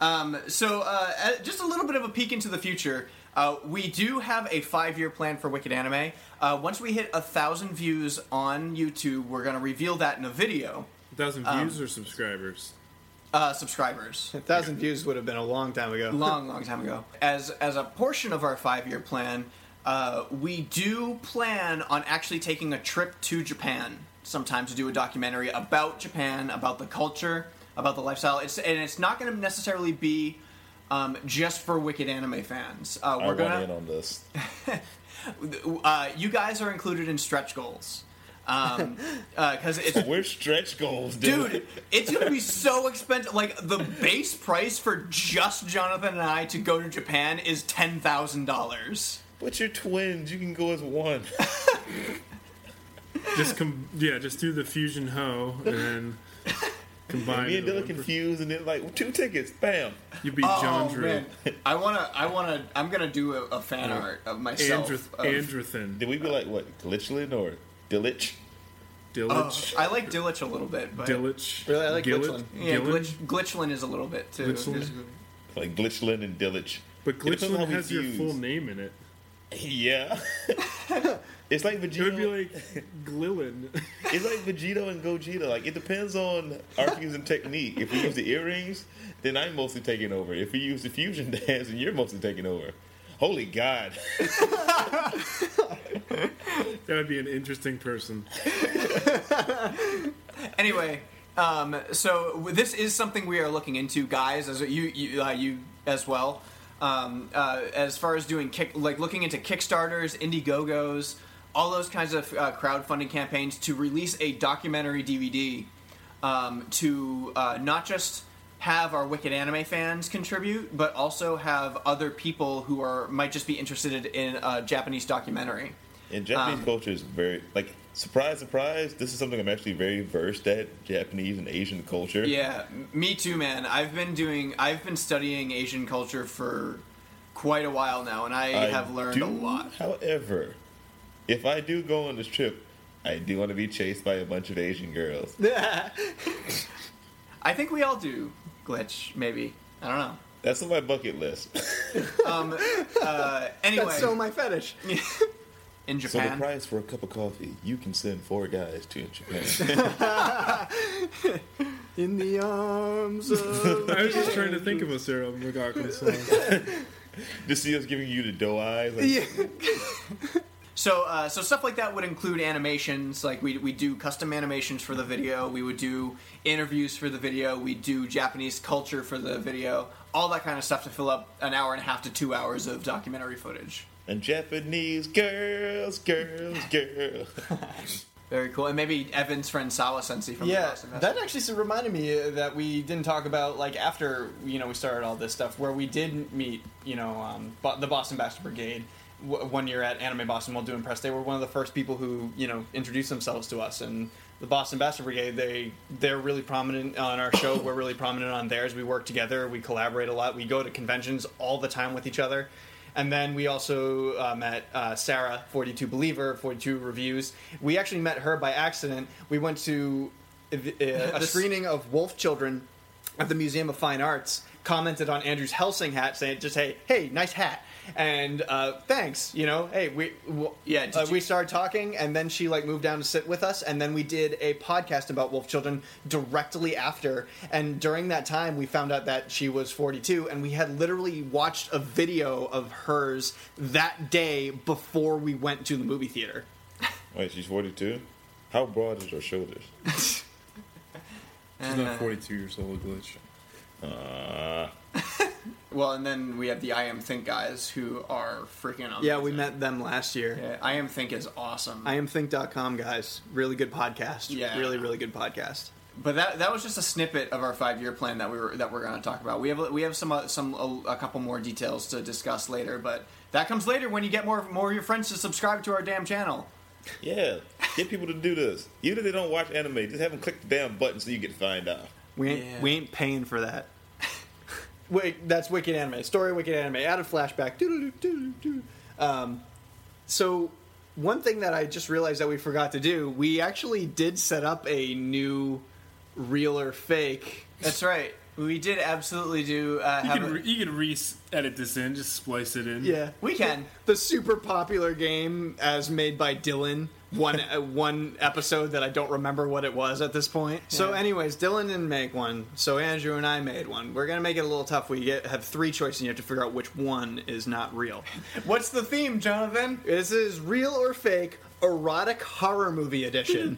Um, so, uh, uh, just a little bit of a peek into the future. Uh, we do have a five-year plan for Wicked Anime. Uh, once we hit a thousand views on YouTube, we're going to reveal that in a video. thousand Um, views or subscribers? Uh, subscribers, A thousand views would have been a long time ago. long, long time ago. As as a portion of our five-year plan, uh, we do plan on actually taking a trip to Japan sometime to do a documentary about Japan, about the culture, about the lifestyle. It's and it's not going to necessarily be. Um, just for Wicked anime fans, uh, I we're want gonna in on this. uh, you guys are included in stretch goals because it's We're stretch goals, dude. dude it's gonna be so expensive like the base price for just jonathan and i to go to japan is $10000 But you're twins. You can go as one. Just com- yeah, just do the fusion ho and then combine. Me and into Dylan one per- confused, and then like two tickets. Bam. you beat John Oh, Drew. man. i want to i want to i'm gonna do a, a fan art of myself Andrith- of- Did Androthin. we be like what Glitchlin or Dillich? Dillich. Oh, i like dillich a little bit but Dillich. Really? I like Gillet- Glitchlin. yeah Gillen? glitch, glitchlin is a little bit too Glitchlin? Like Glitchlin and Dillich. But It depends on how Glitchlin we has your fuse. full name in it. Yeah. it's like It would be Vegito. like Glillin. it's like Vegito and Gogeta. Like it depends on our fusing technique. If we use the earrings, then I'm mostly taking over. If we use the fusion dance, then you're mostly taking over. Holy God! That would be an interesting person. anyway, um, so w- this is something we are looking into, guys. As you, you, uh, you as well. Um, uh, as far as doing kick, like looking into Kickstarters, Indiegogos, all those kinds of uh, crowdfunding campaigns to release a documentary DVD um, to uh, not just have our Wicked Anime fans contribute, but also have other people who are might just be interested in a Japanese documentary. Um, And Japanese culture is very like surprise, surprise. This is something I'm actually very versed at Japanese and Asian culture. Yeah, m- me too, man. I've been doing, I've been studying Asian culture for quite a while now, and I, I have learned do, a lot. However, if I do go on this trip, I do want to be chased by a bunch of Asian girls. I think we all do glitch, maybe. I don't know. That's on my bucket list. Anyway, That's so my fetish. in So the Japan, price for a cup of coffee, you can send four guys to Japan. In the arms of. I was just trying to think of a Sarah McLaughlin song. Just see us giving you the doe eyes. Like, so uh, so stuff like that would include animations. Like we we do custom animations for the video. We would do interviews for the video. We do Japanese culture for the video. All that kind of stuff to fill up an hour and a half to two hours of documentary footage. And Japanese girls, girls, girls. Very cool. And maybe Evan's friend Sawa Sensei from the Yeah, last semester. that actually s- reminded me uh, that we didn't talk about like after you know we started all this stuff where we did meet you know um, Bo- the Boston Bastard Brigade w- one year at Anime Boston while doing press. They were one of the first people who you know introduced themselves to us and. The Boston Bastard Brigade, they they're really prominent on our show. We're really prominent on theirs. We work together. We collaborate a lot. We go to conventions all the time with each other. And then we also uh, met uh, Sarah, 42 Believer, 42 Reviews. We actually met her by accident. We went to uh, a screening of Wolf Children at the Museum of Fine Arts, commented on Andrew's Helsing hat, saying, just, hey, hey, nice hat. And uh, thanks, you know, hey, we w- Yeah, did uh, you- we started talking, and then she like moved down to sit with us, and then we did a podcast about Wolf Children directly after. And during that time, we found out that she was 42, and we had literally watched a video of hers that day before we went to the movie theater. Wait, she's 42? How broad is her shoulders? She's not 42 years old, Glitch. Uh, Well, and then we have the I Am Think guys who are freaking amazing. Yeah, we met them last year. Yeah, I Am Think is awesome. I am think.com guys. Really good podcast. Yeah. Really, really good podcast. but that that was just a snippet of our five year plan that we were that we're going to talk about. We have we have some uh, some a, a couple more details to discuss later, but that comes later when you get more more of your friends to subscribe to our damn channel. yeah, get people to do this. Even if they don't watch anime, just have them click the damn button so you can find out. We ain't, Yeah. we ain't paying for that. Wait, that's Wicked Anime. Story of Wicked Anime. Added flashback. Doo-doo-doo, doo-doo-doo. Um, so one thing that I just realized that we forgot to do, we actually did set up a new real or fake. That's right. We did absolutely do uh, You have can, a- re- you can re edit this in, just splice it in. Yeah, We can. The super popular game as made by Dylan. One uh, one episode that I don't remember what it was at this point. So, anyways, Dylan didn't make one. So Andrew and I made one. We're gonna make it a little tough. We get, have three choices. and You have to figure out which one is not real. What's the theme, Jonathan? This is real or fake erotic horror movie edition.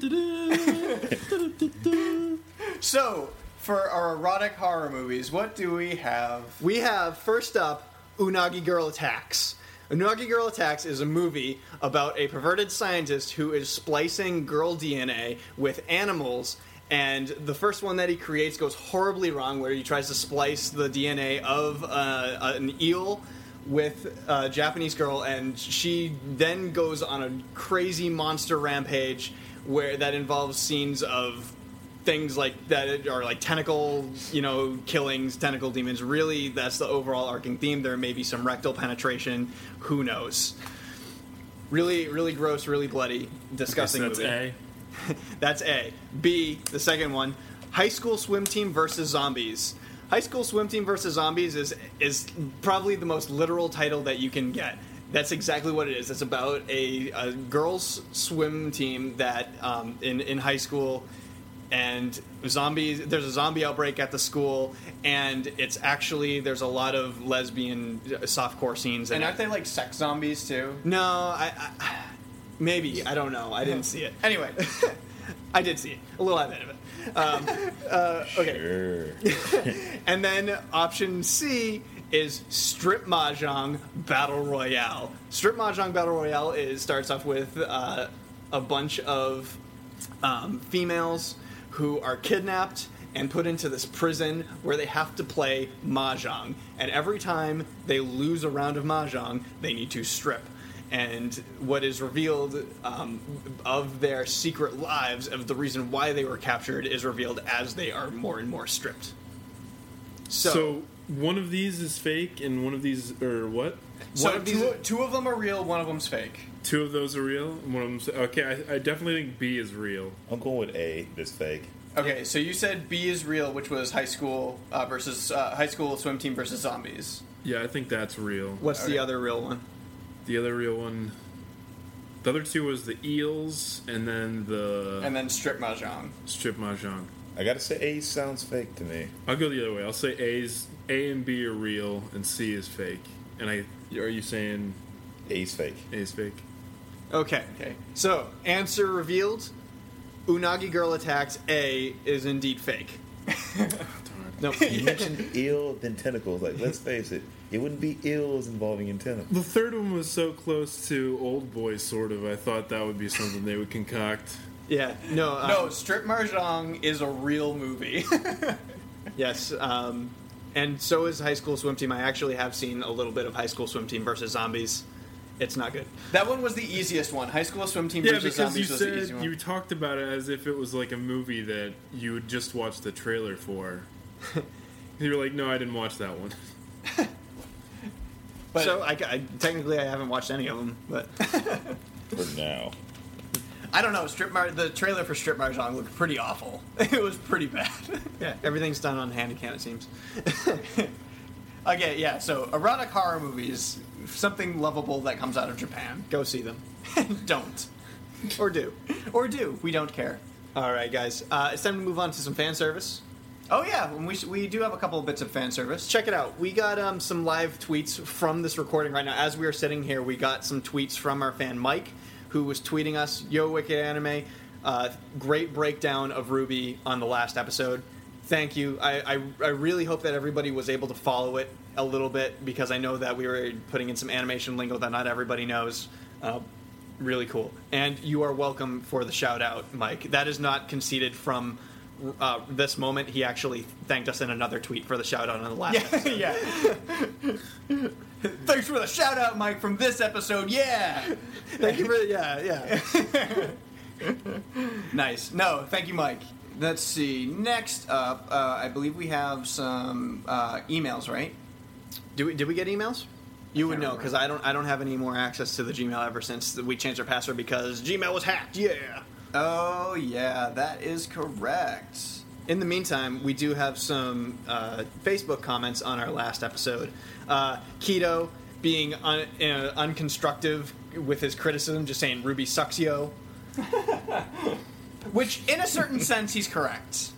So, for our erotic horror movies, what do we have? We have first up Unagi Girl Attacks. Unagi Girl Attacks is a movie about a perverted scientist who is splicing girl DNA with animals. And the first one that he creates goes horribly wrong, where he tries to splice the DNA of uh, an eel with a Japanese girl, and she then goes on a crazy monster rampage where that involves scenes of things like that are like tentacle, you know, killings, tentacle demons. Really, that's the overall arcing theme. There may be some rectal penetration. Who knows? Really, really gross, really bloody, disgusting. That's movie. A. That's A. B, the second one, high school swim team versus zombies. High school swim team versus zombies is is probably the most literal title that you can get. That's exactly what it is. It's about a, a girls' swim team that um, in in high school, and zombies. There's a zombie outbreak at the school, and it's actually there's a lot of lesbian uh, softcore scenes. in And it. aren't they like sex zombies too? No, I, I maybe I don't know. I didn't see it. Anyway, I did see it. A little bit of it. Um, uh, okay. Sure. And then option C is Strip Mahjong Battle Royale. Strip Mahjong Battle Royale is starts off with uh, a bunch of um, females who are kidnapped and put into this prison where they have to play mahjong. And every time they lose a round of mahjong, they need to strip. And what is revealed um, of their secret lives, of the reason why they were captured, is revealed as they are more and more stripped. So, So, one of these is fake, and one of these, or what? so One of two, these- two of them are real, one of them's fake. Two of those are real. and One of them's okay. I, I definitely think B is real. I'm going with A. This fake. Okay, so you said B is real, which was high school uh, versus uh, high school swim team versus zombies. Yeah, I think that's real. what's the other real one? The other real one. The other two was the eels, and then the And then strip mahjong. strip mahjong. I gotta say, A sounds fake to me. I'll go the other way. I'll say A's A and B are real, and C is fake. And I are you saying A's fake. A is fake? Okay. Okay. So, answer revealed. Unagi Girl Attacks A is indeed fake. no. Ill than tentacles. Like, let's face it, it wouldn't be ills involving antenna. The third one was so close to old boy, sort of. I thought that would be something they would concoct. Yeah. No. um, No, strip mahjong is a real movie. Yes. Um, and so is High School Swim Team. I actually have seen a little bit of High School Swim Team versus Zombies. It's not good. that one was the easiest one. High school swim team Yeah, versus because you zombies was the said easy one. you talked about it as if it was like a movie that you would just watch the trailer for. you were like, no, I didn't watch that one. But- so I, I- technically I haven't watched any of them, but For now. I don't know. Strip Mar- the trailer for Strip Mahjong looked pretty awful. It was pretty bad. yeah, everything's done on hand cam it seems. okay, yeah. So erotic horror movies, something lovable that comes out of Japan. Go see them don't or do. or do we don't care. All right, guys. Uh, it's time to move on to some fan service. Oh yeah, and we s- we do have a couple of bits of fan service. check it out. We got um, some live tweets from this recording right now. As we are sitting here, we got some tweets from our fan Mike, who was tweeting us, "Yo, Wicked Anime, uh, great breakdown of Ruby on the last episode. Thank you. I, I I really hope that everybody was able to follow it a little bit because I know that we were putting in some animation lingo that not everybody knows." Uh, really cool. And you are welcome for the shout out, Mike. That is not conceded from uh, this moment. He actually thanked us in another tweet for the shout out on the last. episode. yeah. Thanks for the shout out, Mike, from this episode. Yeah. Thank you for yeah yeah. Nice. No, thank you, Mike. Let's see. Next up, uh, I believe we have some uh, emails, right? Do we did we get emails? You would know because I don't. I don't have any more access to the Gmail ever since we changed our password because Gmail was hacked. Yeah. Oh yeah, that is correct. In the meantime, we do have some uh, Facebook comments on our last episode. Uh, Keto being un- uh, unconstructive with his criticism, just saying Ruby sucks yo. Which, in a certain sense, he's correct.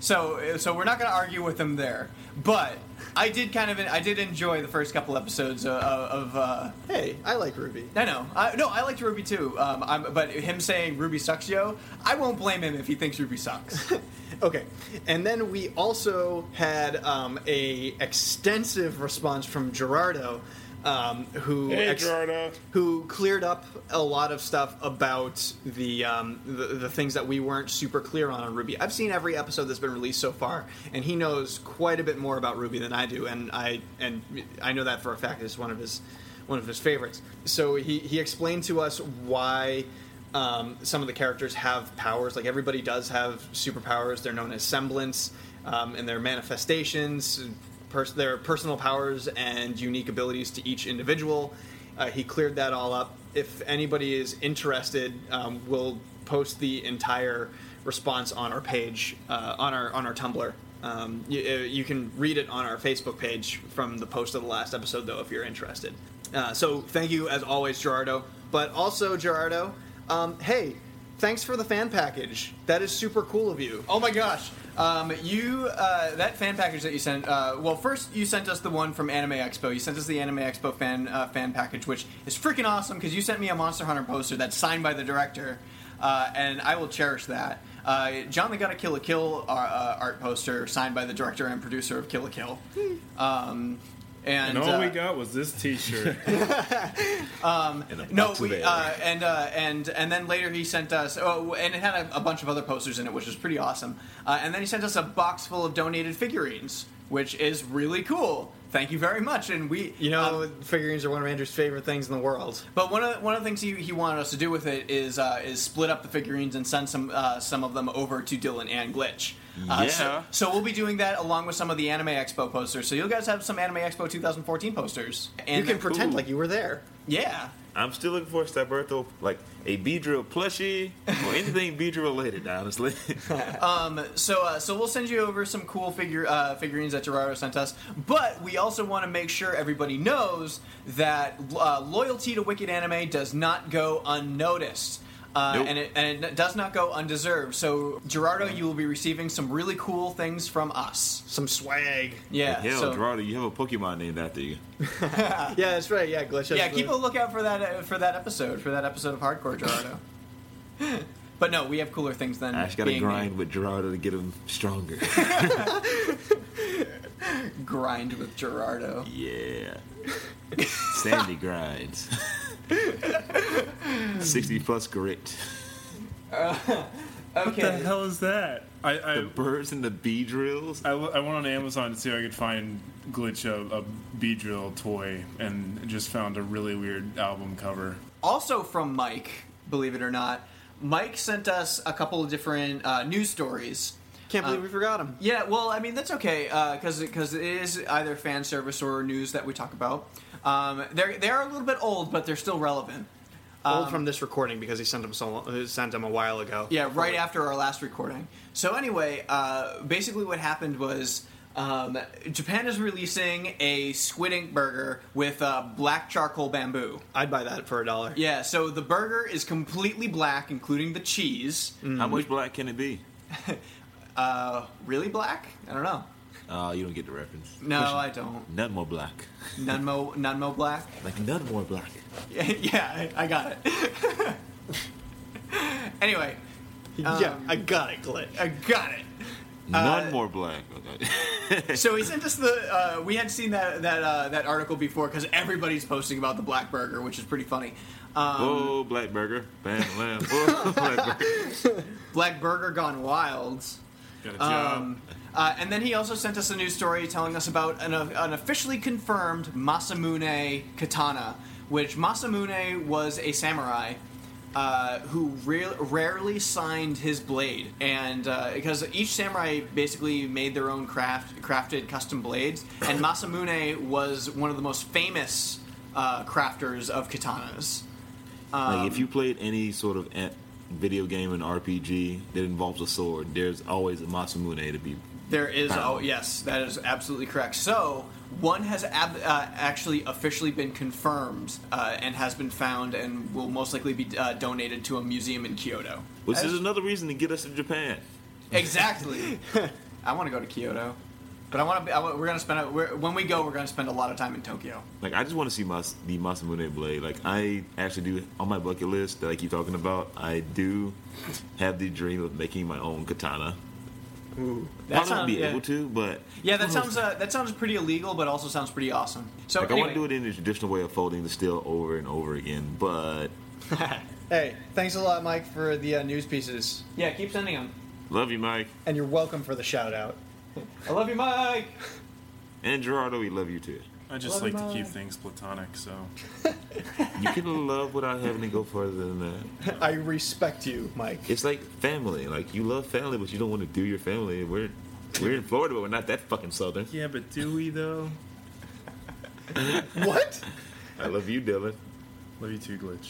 So, so we're not going to argue with him there. But I did kind of, I did enjoy the first couple episodes of. of uh, Hey, I like Ruby. I know, I, no, I liked Ruby too. Um, I'm, but him saying Ruby sucks, yo, I won't blame him if he thinks Ruby sucks. Okay, and then we also had um, a extensive response from Gerardo, um, who Hey, Gerardo. who cleared up a lot of stuff about the, um, the the things that we weren't super clear on on Ruby. I've seen every episode that's been released so far, and he knows quite a bit more about Ruby than I do, and I and I know that for a fact. It's one of his one of his favorites. So he he explained to us why um, some of the characters have powers. Like everybody does have superpowers. They're known as semblance, um, and their manifestations, pers- their personal powers and unique abilities to each individual. Uh, he cleared that all up. If anybody is interested, um, we'll post the entire response on our page uh, on our on our Tumblr. Um, you, uh, you can read it on our Facebook page from the post of the last episode, though, if you're interested. Uh, so thank you as always, Gerardo. But also, Gerardo, um, hey, thanks for the fan package. That is super cool of you. Oh my gosh. Um, you uh, that fan package that you sent. Uh, well, first you sent us the one from Anime Expo. You sent us the Anime Expo fan uh, fan package, which is freaking awesome because you sent me a Monster Hunter poster that's signed by the director, uh, and I will cherish that. Uh, John, they got a Kill a Kill uh, uh, art poster signed by the director and producer of Kill a Kill. Hmm. Um, and And all we uh, got was this T-shirt. And a no, box of we air. uh, and uh, and and then later he sent us. Oh, and it had a, a bunch of other posters in it, which was pretty awesome. Uh, and then he sent us a box full of donated figurines, which is really cool. Thank you very much. And we, You know, um, figurines are one of Andrew's favorite things in the world. but one of the, one of the things he, he wanted us to do with it is uh, is split up the figurines and send some uh, some of them over to Dylan and Glitch. Uh, Yeah. So, so we'll be doing that along with some of the Anime Expo posters. So you guys have some Anime Expo 2014 posters. And You can pretend cool. like you were there. yeah. I'm still looking for a Staberto, like a Beedrill plushie or anything Beedrill related, honestly. So, uh, so we'll send you over some cool figure uh, figurines that Gerardo sent us. But we also want to make sure everybody knows that uh, loyalty to Wicked Anime does not go unnoticed. Uh, Nope. And, it, and it does not go undeserved. So, Gerardo, you will be receiving some really cool things from us. Some swag. Yeah. Hell, so, Gerardo, you have a Pokemon named after you. Yeah, that's right. Yeah, Glitch. has yeah, the- keep a lookout for that uh, for that episode for that episode of Hardcore Gerardo. but no, we have cooler things than I just gotta being grind with Gerardo to get him stronger. named grind with Gerardo. yeah. Sandy grinds. 60 plus grit. Okay. What the hell is that? I I, The birds and the bee drills. I, w- I went on Amazon to see if I could find glitch a, a B drill toy and just found a really weird album cover. also from Mike, believe it or not. Mike sent us a couple of different uh, news stories. Can't believe we forgot him. Yeah, well, I mean that's okay because because it is either fan service or news that we talk about. Um, they're they are a little bit old, but they're still relevant. Old from this recording because he sent him so long, uh, sent him a while ago. Um, Yeah, right after our last recording. So anyway, uh, basically what happened was um, Japan is releasing a squid ink burger with uh, black charcoal bamboo. I'd buy that for a dollar. Yeah, so the burger is completely black, including the cheese. How much black can it be? Really black? I don't know. Oh, you don't get the reference. No, I don't. None more black. None mo, none mo black. Like, none more black. Uh, yeah, I I got it. anyway, yeah, I got it, Glitch. I got it. None more black. Okay. So he sent us the. Uh, we had seen that that uh, that article before because everybody's posting about the black burger, which is pretty funny. Um, oh, black burger. Bam, lamb. Oh, black burger. black burger gone wild. Got a job. Uh, and then he also sent us a news story telling us about an, uh, an officially confirmed Masamune katana, which Masamune was a samurai uh, who re- rarely signed his blade, and uh, because each samurai basically made their own craft, crafted custom blades, and Masamune was one of the most famous uh, crafters of katanas. Like Um, if you played any sort of an- video game and RPG that involves a sword, there's always a Masamune to be. There is, Wow. oh yes, that is absolutely correct. So one has ab- uh, actually officially been confirmed uh, and has been found and will most likely be uh, donated to a museum in Kyoto. Which is another reason to get us to Japan. Exactly. I want to go to Kyoto, but I want to. We're gonna spend. A, we're, when we go, we're gonna spend a lot of time in Tokyo. Like I just want to see Mas- the Masamune blade. Like I actually do on my bucket list that I keep talking about. I do have the dream of making my own katana. I That don't be yeah. able to, but Yeah, that sounds uh, that sounds pretty illegal, but also sounds pretty awesome. So like I anyway, want to do it in the traditional way of folding the steel over and over again. But Hey, thanks a lot, Mike, for the uh, news pieces, Yeah, keep sending them. love you, Mike and you're welcome for the shout out. I love you, Mike. and Gerardo. We love you too. I just like to keep things platonic, so You can love without having to go further than that. I respect you, Mike. It's like family. Like you love family, but you don't want to do your family. We're we're in Florida, but we're not that fucking southern. yeah. But do we though? What? I love you, Dylan. Love you too, glitch.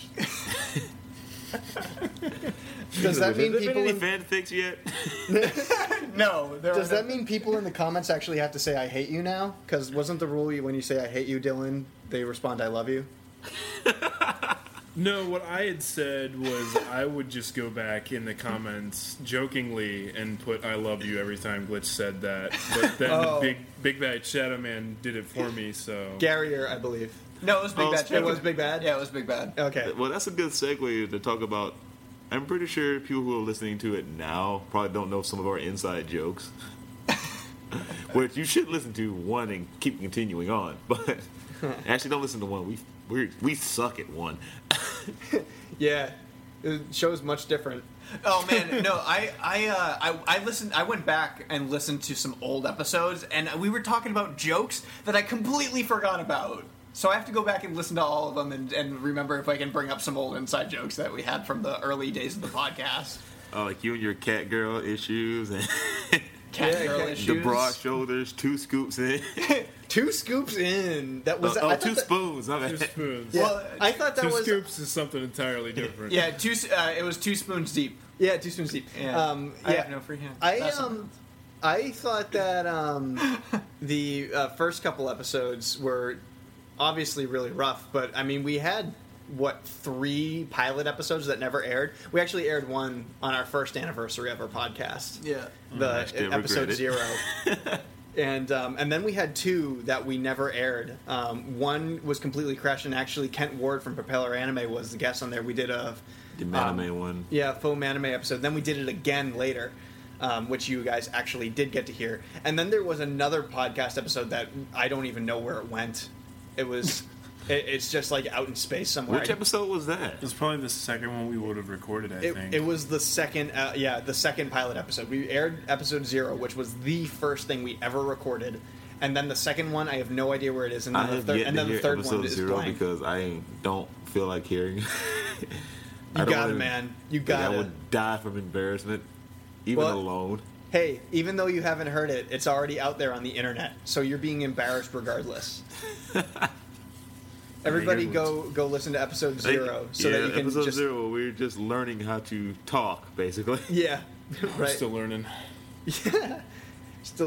Does that Has mean there been people? any In, fanfics yet? No, there does are that mean people in the comments actually have to say "I hate you" now? Because wasn't the rule you- when you say "I hate you, Dylan," they respond "I love you." No, what I had said was I would just go back in the comments jokingly and put "I love you" every time Glitch said that. But then Oh. Big Big Bad Shadow Man did it for me, so Garrier, I believe. no. It was Big Oh, Bad. It speaking- was Big Bad. Yeah, it was Big Bad. Okay. Well, that's a good segue to talk about. I'm pretty sure people who are listening to it now probably don't know some of our inside jokes, which you should listen to one and keep continuing on. But actually, don't listen to one. We we we suck at one. Yeah. The show's much different. Oh man, no, I I, uh, I I listened. I went back and listened to some old episodes, and we were talking about jokes that I completely forgot about. So I have to go back and listen to all of them and, and remember if I can bring up some old inside jokes that we had from the early days of the podcast. Uh, like you and your cat girl issues and Cat Yeah, girl cat issues. the broad shoulders, two scoops in, Two scoops in. That oh, was I thought two that- spoons. my two bad. spoons. Yeah, Well, I thought that two was uh, scoops is something entirely different. Yeah, two. s- Uh, it was two spoons deep. yeah two spoons deep. Yeah. Um, yeah. I have no free hand. I That's um, I thought that um, the uh, first couple episodes were obviously really rough, but I mean we had what three pilot episodes that never aired. We actually aired one on our first anniversary of our podcast. Yeah. the I still episode regret it. zero. And, um, and then we had two that we never aired. Um, one was completely crashed, and actually Kent Ward from Propeller Anime was the guest on there. We did a The Um, Maname one. yeah, foam anime episode. Then we did it again later, um, which you guys actually did get to hear. And then there was another podcast episode that I don't even know where it went. It was, it, it's just like out in space somewhere. Which I- episode was that? It's probably the second one we would have recorded. I It, think it was the second, uh, yeah, the second pilot episode. We aired episode zero, which was the first thing we ever recorded, and then the second one, I have no idea where it is, and I then the have third, yet and to then hear the third episode one is zero blank. because I don't feel like hearing. you got it, man. You got I it. would die from embarrassment, even Well- alone. Hey, even though you haven't heard it, it's already out there on the internet, so you're being embarrassed regardless. Everybody, good go go listen to episode Like, zero so yeah, that you can episode just zero. We're just learning how to talk, basically. yeah, I'm right. still Still, learning.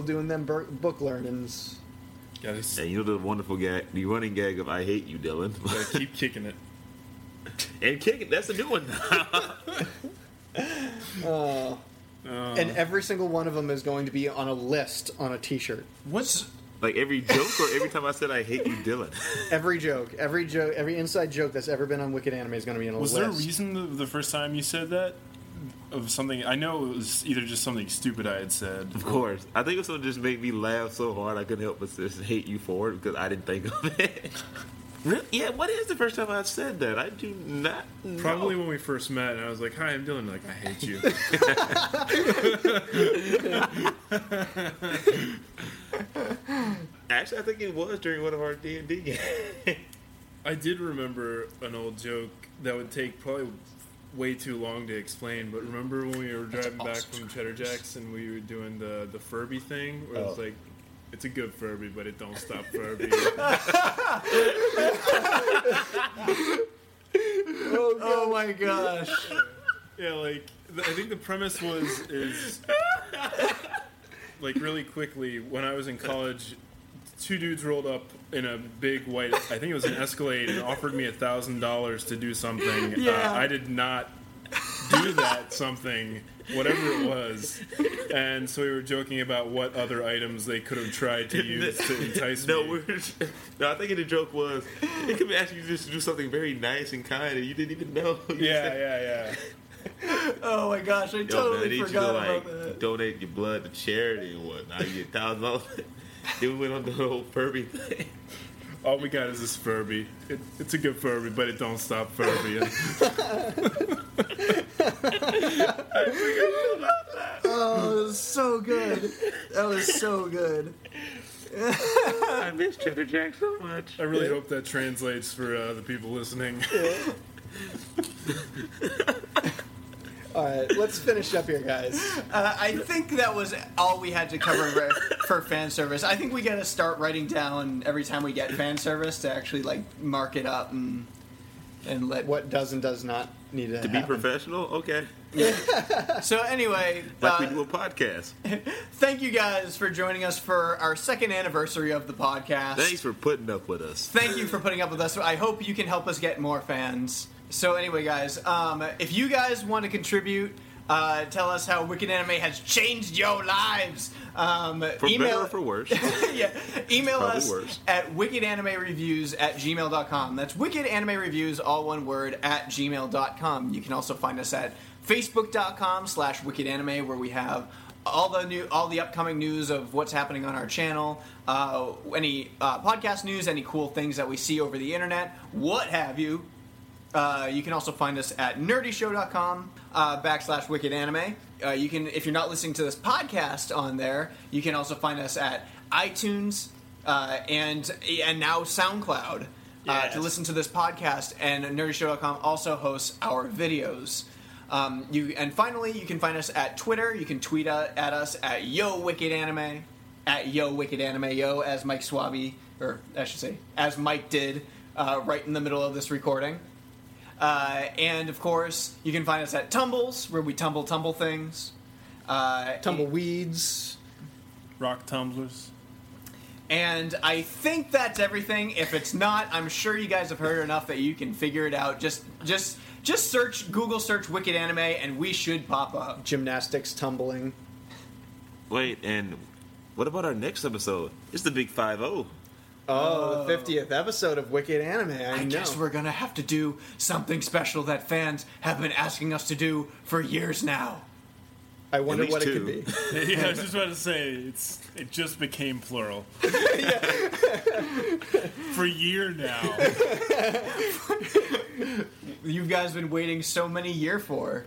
doing them bur- book learnings. Gotta, s- And you know the wonderful gag, the running gag of "I hate you, Dylan," gotta keep kicking it. and kick it. That's a new one. Uh, and every single one of them is going to be on a list on a T-shirt. What's like every joke or every time I said "I hate you, Dylan." Every joke, every joke, every inside joke that's ever been on Wicked Anime is going to be on a Was list. there a reason the, the first time you said that of something? I know it was either just something stupid I had said. Of course, I think it's gonna just make me laugh so hard I couldn't help but just hate you for it because I didn't think of it. really? Yeah. What is the first time I've said that? I do not. Know. Probably when we first met, and I was like, "Hi, I'm Dylan." Like, I hate you. Actually, I think it was during one of our D and D games. I did remember an old joke that would take probably way too long to explain, but remember when we were driving back awesome. from Cheddar Jack's and we were doing the the Furby thing, where it was Oh. like, It's a good Furby, but it don't stop Furby. Oh my gosh. yeah, like th- I think the premise was is like really quickly when I was in college, two dudes rolled up in a big white. I think it was an Escalade and offered me a thousand dollars to do something. Yeah. Uh, I did not do that something, whatever it was, and so we were joking about what other items they could have tried to use to entice No, me. we're, no, I think the joke was it could be asking you just to do something very nice and kind, and you didn't even know. yeah, yeah, yeah. Oh my gosh. I Yo, man, I totally need you forgot to about like that. donate your blood to charity and whatnot. You get thousand dollars. Then we went on the whole Furby thing. All we got is this Furby. It, it's a good Furby, but it don't stop Furby. Oh, that was so good. That was so good. I miss Cheddar Jack so much. I really hope that translates for uh, the people listening. All right, let's finish up here, guys. Uh, I think that was all we had to cover for- for fan service. I think we got to start writing down every time we get fan service to actually like mark it up and and let. What does and does not need to, Be happen. professional, okay? So anyway, Like we uh, do a podcast. thank you guys for joining us for our second anniversary of the podcast. Thanks for putting up with us. thank you for putting up with us. I hope you can help us get more fans. So anyway, guys, um, if you guys want to contribute, uh, tell us how Wicked Anime has changed your lives. Um, For better email or for worse. yeah, email Probably us worse. at wickedanimereviews at gmail.com. That's wickedanimereviews, all one word, at gmail.com. You can also find us at facebook.com slash wickedanime, where we have all the new, all the upcoming news of what's happening on our channel, uh, any uh, podcast news, any cool things that we see over the internet, what have you. Uh, you can also find us at nerdyshow.com uh, backslash wicked anime. Uh, you can, if you're not listening to this podcast on there, you can also find us at iTunes uh, and and now SoundCloud uh, to listen to this podcast. And nerdyshow.com also hosts our videos. Um, you and finally, you can find us at Twitter. You can tweet at, at us at Yo Wicked Anime, at Yo Wicked Anime Yo, as Mike Swaby, or I should say, as Mike did uh, right in the middle of this recording. Uh, and of course, you can find us at Tumbles, where we tumble tumble things. Uh, Tumbleweeds. Rock tumblers. and I think that's everything. If it's not, I'm sure you guys have heard enough that you can figure it out. Just, just, just search Google search Wicked Anime, and we should pop up. Gymnastics, tumbling. Wait, and what about our next episode? It's the Big Five O. Oh, the 50th episode of Wicked Anime. I, I know. guess we're gonna have to do something special that fans have been asking us to do for years now. I wonder At least what it two. could be. yeah, I was just about to say it's it just became plural. For year now. you guys been waiting so many year for.